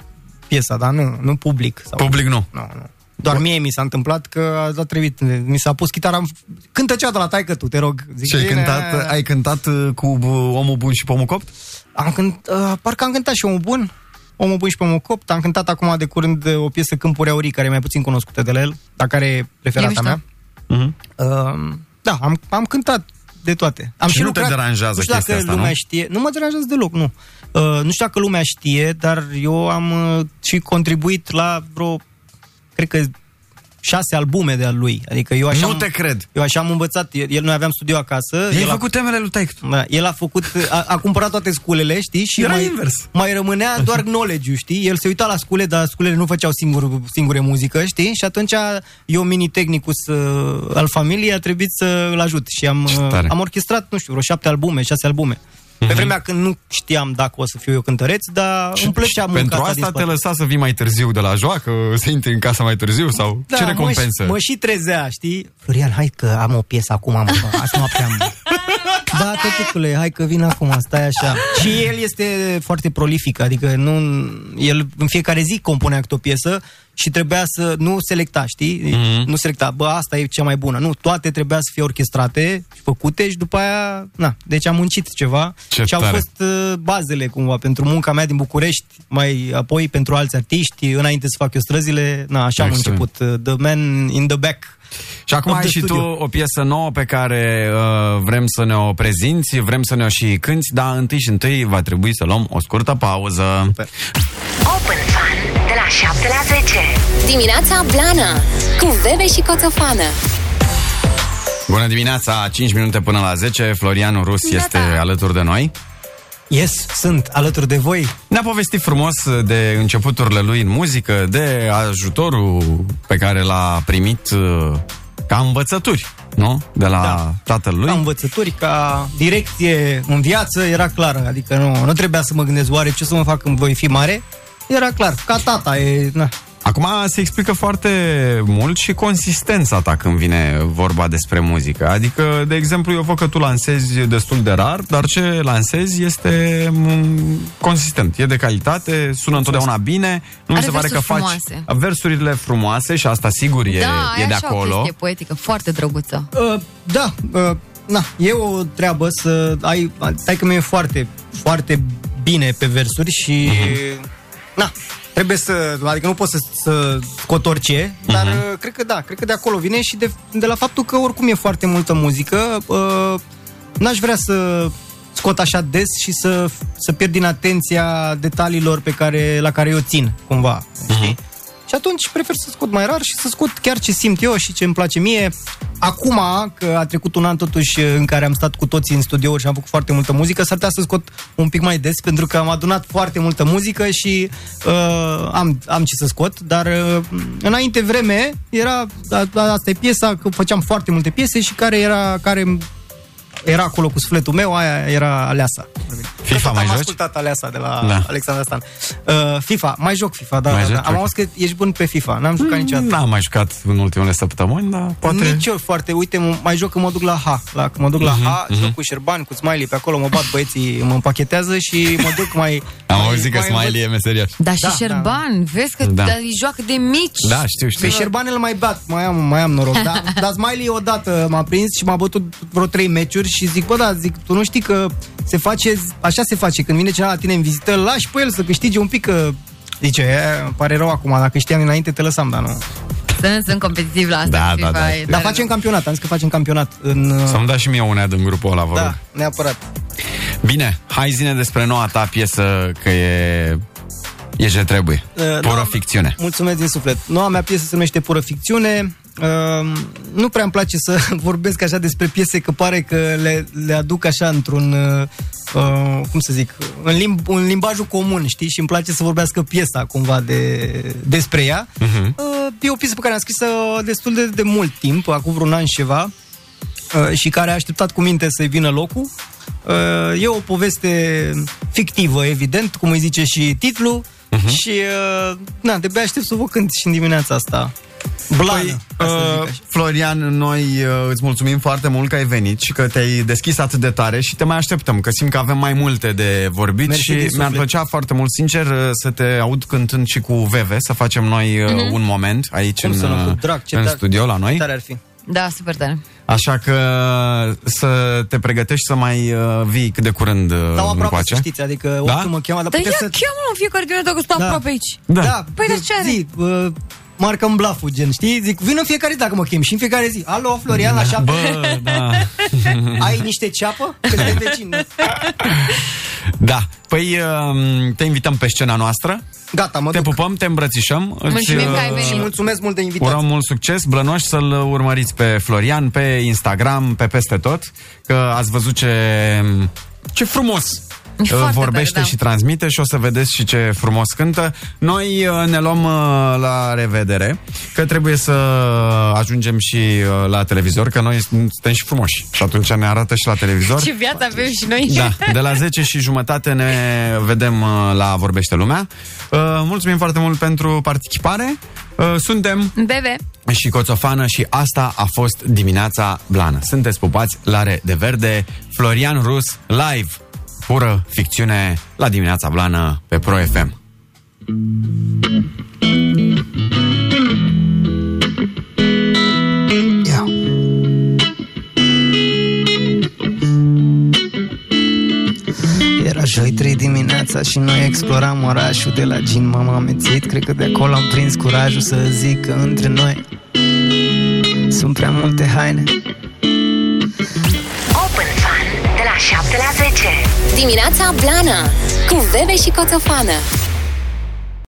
Speaker 7: piesa, dar nu, nu public. Sau...
Speaker 2: Public nu.
Speaker 7: nu, nu. Doar mie mi s-a întâmplat că a trebuit, mi s-a pus chitara, am- cântă cea de la taică tu, te rog. Zic,
Speaker 2: Și ai
Speaker 7: bine,
Speaker 2: cântat, ai cântat uh, cu bă, Omul Bun și Pomul Copt?
Speaker 7: Am cânt, uh, parcă am cântat și omul bun, omul bun și pe omul copt. Am cântat acum de curând uh, o piesă Câmpuri Aurii, care e mai puțin cunoscută de la el, dar care e preferata
Speaker 2: E mișto.
Speaker 7: mea. Uh, da, am, am cântat de toate. Am
Speaker 2: Și nu te
Speaker 7: lucrat.
Speaker 2: deranjează
Speaker 7: nu știu dacă
Speaker 2: chestia asta,
Speaker 7: lumea
Speaker 2: nu?
Speaker 7: știe. Nu mă deranjează deloc, nu. Uh, nu știu dacă lumea ă, știe, dar eu am uh, și contribuit la vreo, cred că șase albume de al lui. Adică eu așa
Speaker 14: Nu
Speaker 7: am-
Speaker 14: te cred.
Speaker 7: Eu așa am învățat, el, el- noi aveam studio acasă.
Speaker 14: El
Speaker 7: a
Speaker 14: făcut temele lui Taic.
Speaker 7: Da, el a făcut, a, a cumpărat toate sculele, știi? Și
Speaker 14: Era
Speaker 7: mai,
Speaker 14: invers.
Speaker 7: Mai rămânea doar knowledge știi? El se uita la scule, dar sculele nu făceau singur, singure muzică, știi? Și atunci eu, mini-tehnicus uh, al familiei, a trebuit să-l ajut. Și am, uh,
Speaker 14: tare. Mhm.
Speaker 7: am orchestrat, nu știu, vreo șapte albume, șase albume. Pe vremea când nu știam dacă o să fiu eu cântăreț, dar îmi plăcea munca
Speaker 2: Pentru
Speaker 7: din
Speaker 2: asta
Speaker 7: spate.
Speaker 2: te lăsa să vii mai târziu de la joacă, să intri în casa mai târziu sau
Speaker 7: Da,
Speaker 2: ce
Speaker 7: mă și-
Speaker 2: recompensă?
Speaker 7: Mă și trezea, știi? Florian, hai că am o piesă acum, am azi noapte am. Da, tăticule, hai că vin acum, stai așa. Și el este foarte prolific, adică nu, el în fiecare zi compunea câte o piesă și trebuia să nu selecta, știi?
Speaker 14: Mhm.
Speaker 7: Nu selecta, bă, asta e cea mai bună. Nu, toate trebuia să fie orchestrate și făcute și după aia, na, deci am muncit ceva
Speaker 14: Ce
Speaker 7: și au
Speaker 14: tare.
Speaker 7: fost uh, bazele cumva pentru munca mea din București, mai apoi pentru alți artiști, înainte să fac eu străzile, na, așa am
Speaker 2: Excelent.
Speaker 7: început. uh, The Man in the Back.
Speaker 2: Și acum
Speaker 7: Of
Speaker 2: ai
Speaker 7: the
Speaker 2: și tu
Speaker 7: studio.
Speaker 2: o piesă nouă pe care uh, vrem să ne o prezinți, vrem să ne o și cânti, dar întâi și întâi va trebui să luăm o scurtă pauză.
Speaker 4: Open Fun de la 7 la 10. Dimineața Blana cu Bebe și Coțofană.
Speaker 2: Bună dimineața, 5 minute până la 10, Florian Rus este alături de noi.
Speaker 7: Yes, sunt alături de voi.
Speaker 2: Ne-a povestit frumos de începuturile lui în muzică, de ajutorul pe care l-a primit uh, ca învățături, nu? De la da. tatăl lui.
Speaker 7: Ca învățături, ca direcție în viață era clară, adică nu, nu trebuia să mă gândesc oare ce să mă fac când voi fi mare, era clar, ca tata, e, na,
Speaker 2: Acum se explică foarte mult și consistența ta când vine vorba despre muzică. Adică, de exemplu, eu văd că tu lansezi destul de rar, dar ce lansezi este mm, consistent, e de calitate, sună întotdeauna bine, nu mi
Speaker 3: Are
Speaker 2: se pare că
Speaker 3: versuri
Speaker 2: faci
Speaker 3: frumoase.
Speaker 2: versurile frumoase și asta sigur e,
Speaker 3: da,
Speaker 2: e de
Speaker 3: așa o
Speaker 2: acolo.
Speaker 3: chestie poetică, foarte drăguță.
Speaker 7: Uh, da, uh, na, e o treabă să ai... Stai că mi-e foarte, foarte bine pe versuri și... Na, trebuie să... Adică nu poți să, să scot orice, dar
Speaker 14: Mhm.
Speaker 7: uh, cred că da, cred că de acolo vine și de, de la faptul că oricum e foarte multă muzică, uh, n-aș vrea să scot așa des și să, să pierd din atenția detaliilor pe care, la care eu țin, cumva. Știi? Și atunci prefer să scot mai rar și să scot chiar ce simt eu și ce îmi place mie. Acum, că a trecut un an totuși în care am stat cu toții în studiouri și am făcut foarte multă muzică, s-ar putea să scot un pic mai des pentru că am adunat foarte multă muzică și uh, am, am ce să scot, dar uh, înainte vreme era, a, a, asta e piesa, că făceam foarte multe piese și care era, care era acolo cu sufletul meu, aia era aleasa.
Speaker 2: FIFA
Speaker 7: Tot
Speaker 2: mai
Speaker 7: am
Speaker 2: joci?
Speaker 7: ascultat aleasa de la
Speaker 2: Da.
Speaker 7: Alexandra Stan. Uh, FIFA, mai joc FIFA, da,
Speaker 2: Mai
Speaker 7: da,
Speaker 2: joci?
Speaker 7: da. Am
Speaker 2: Ok.
Speaker 7: auzit că ești bun pe FIFA, n-am jucat niciodată.
Speaker 2: N-am mai jucat în ultimele săptămâni, dar Mm, poate...
Speaker 7: Nici eu foarte, uite, m- mai joc că mă duc la H, la, când mă duc la
Speaker 2: Mhm,
Speaker 7: H,
Speaker 2: mhm.
Speaker 7: joc cu Șerban, cu Smiley, pe acolo mă bat băieții, mă împachetează și mă duc mai...
Speaker 2: Am
Speaker 7: mai-
Speaker 2: auzit că
Speaker 7: mai
Speaker 2: Smiley e meseriaș.
Speaker 3: Dar și da, Șerban, da. vezi că
Speaker 2: Da.
Speaker 3: da. îi joacă de mici.
Speaker 2: Da, știu, știu.
Speaker 3: Păi
Speaker 7: Pe șerban îl mai bat, mai am, mai am noroc. Dar, dar Smiley odată m-a prins și m-a bătut vreo trei meciuri și zic, bă, da, zic, tu nu știi că se face, așa se face, când vine cineva la tine în vizită, îl lași pe el să câștige un pic, că Zice, e, îmi pare rău acum, dacă știam înainte te lăsam, dar nu.
Speaker 3: Sunt, sunt competitiv la
Speaker 2: Da,
Speaker 3: asta. în FIFA, e
Speaker 7: Dar
Speaker 3: tare
Speaker 7: facem campionat, am zis că facem campionat. În,
Speaker 2: Să-mi dai și mie un ad în grupul ăla, vă rog.
Speaker 7: da, neapărat.
Speaker 2: Bine, hai zine despre noua ta piesă că e, e ce trebuie.
Speaker 7: Uh,
Speaker 2: Pură
Speaker 7: da.
Speaker 2: ficțiune.
Speaker 7: Mulțumesc din suflet. Noua mea piesă se numește Pură Ficțiune. Uh, nu prea îmi place să vorbesc așa despre piese că pare că le, le aduc așa într-un, uh, cum să zic, în, lim, în limbajul comun, știi? Și îmi place să vorbească piesa cumva de, despre ea.
Speaker 2: Uh-huh.
Speaker 7: Uh, e o piesă pe care am scris-o destul de, de mult timp, acum vreun an și ceva, uh, și care a așteptat cu minte să-i vină locul. Uh, E o poveste fictivă, evident, cum îi zice și titlul,
Speaker 2: Mhm.
Speaker 7: uh-huh. și uh, na, de aștept să vă cânt și în dimineața asta. Blană,
Speaker 2: Păi,
Speaker 7: ca să
Speaker 2: uh,
Speaker 7: zic așa.
Speaker 2: Florian, noi uh, îți mulțumim foarte mult că ai venit și că te-ai deschis atât de tare și te mai așteptăm, că simt că avem mai multe de vorbit
Speaker 7: Mersi
Speaker 2: și
Speaker 7: din
Speaker 2: mi-ar
Speaker 7: suflet.
Speaker 2: plăcea foarte mult, sincer, uh, să te aud cântând și cu VV, să facem noi uh,
Speaker 3: Mhm.
Speaker 2: un moment aici
Speaker 7: Cum
Speaker 2: în,
Speaker 7: să nu, cu
Speaker 2: uh,
Speaker 7: drag, ce
Speaker 2: în
Speaker 7: tare-
Speaker 2: studio la noi. Uh,
Speaker 7: Tare ar fi.
Speaker 3: Da, super tare.
Speaker 2: Așa că uh, să te pregătești să mai uh, vii cât de curând uh,
Speaker 7: Stau aproape
Speaker 2: încoace.
Speaker 7: să știți, adică
Speaker 2: Da?
Speaker 7: oricum mă cheamă, dar
Speaker 3: Dar Păi ia
Speaker 7: puteți să...
Speaker 3: să... cheamă în fiecare dimineață dacă stau
Speaker 7: Da.
Speaker 3: aproape aici.
Speaker 2: Da.
Speaker 7: Da,
Speaker 3: Păi, dar ce are?
Speaker 7: Zi, uh, marcăm blaful, gen, știi? Zic, vin în fiecare zi dacă mă chem și în fiecare zi. Alo, Florian, la
Speaker 2: Da,
Speaker 7: șapte.
Speaker 2: bă, da.
Speaker 7: Ai niște ceapă? Că suntem vecini.
Speaker 2: Da. Păi um, te invităm pe scena noastră.
Speaker 7: Gata, mă
Speaker 2: Te pupăm, te îmbrățișăm. îți, uh,
Speaker 7: Și mulțumesc mult de invitație.
Speaker 2: Urăm mult succes, Blănoș, să-l urmăriți pe Florian, pe Instagram, pe peste tot, că ați văzut ce, ce frumos uh,
Speaker 3: Foarte
Speaker 2: vorbește
Speaker 3: tare, da.
Speaker 2: și transmite și o să vedeți și ce frumos cântă. Noi uh, ne luăm uh, la revedere, că trebuie să ajungem și uh, la televizor, că noi suntem și frumoși și atunci ne arată și la televizor.
Speaker 3: Ce viață avem și noi.
Speaker 2: Da, de la 10 și jumătate ne vedem uh, la Vorbește Lumea. Uh, Mulțumim foarte mult pentru participare. Uh, Suntem
Speaker 3: Bebe.
Speaker 2: și Coțofană și asta a fost dimineața blană. Sunteți pupați la Re de Verde, Florian Rus live, pură ficțiune la dimineața blană pe Pro FM.
Speaker 15: Era joi 3 dimineața și noi exploram orașul De la gin m-am amețit, cred că de acolo am prins curajul Să zic că între noi sunt prea multe haine
Speaker 4: Open Fun de la 7 la 10.
Speaker 1: Dimineața Blana Cu Bebe și Coțofană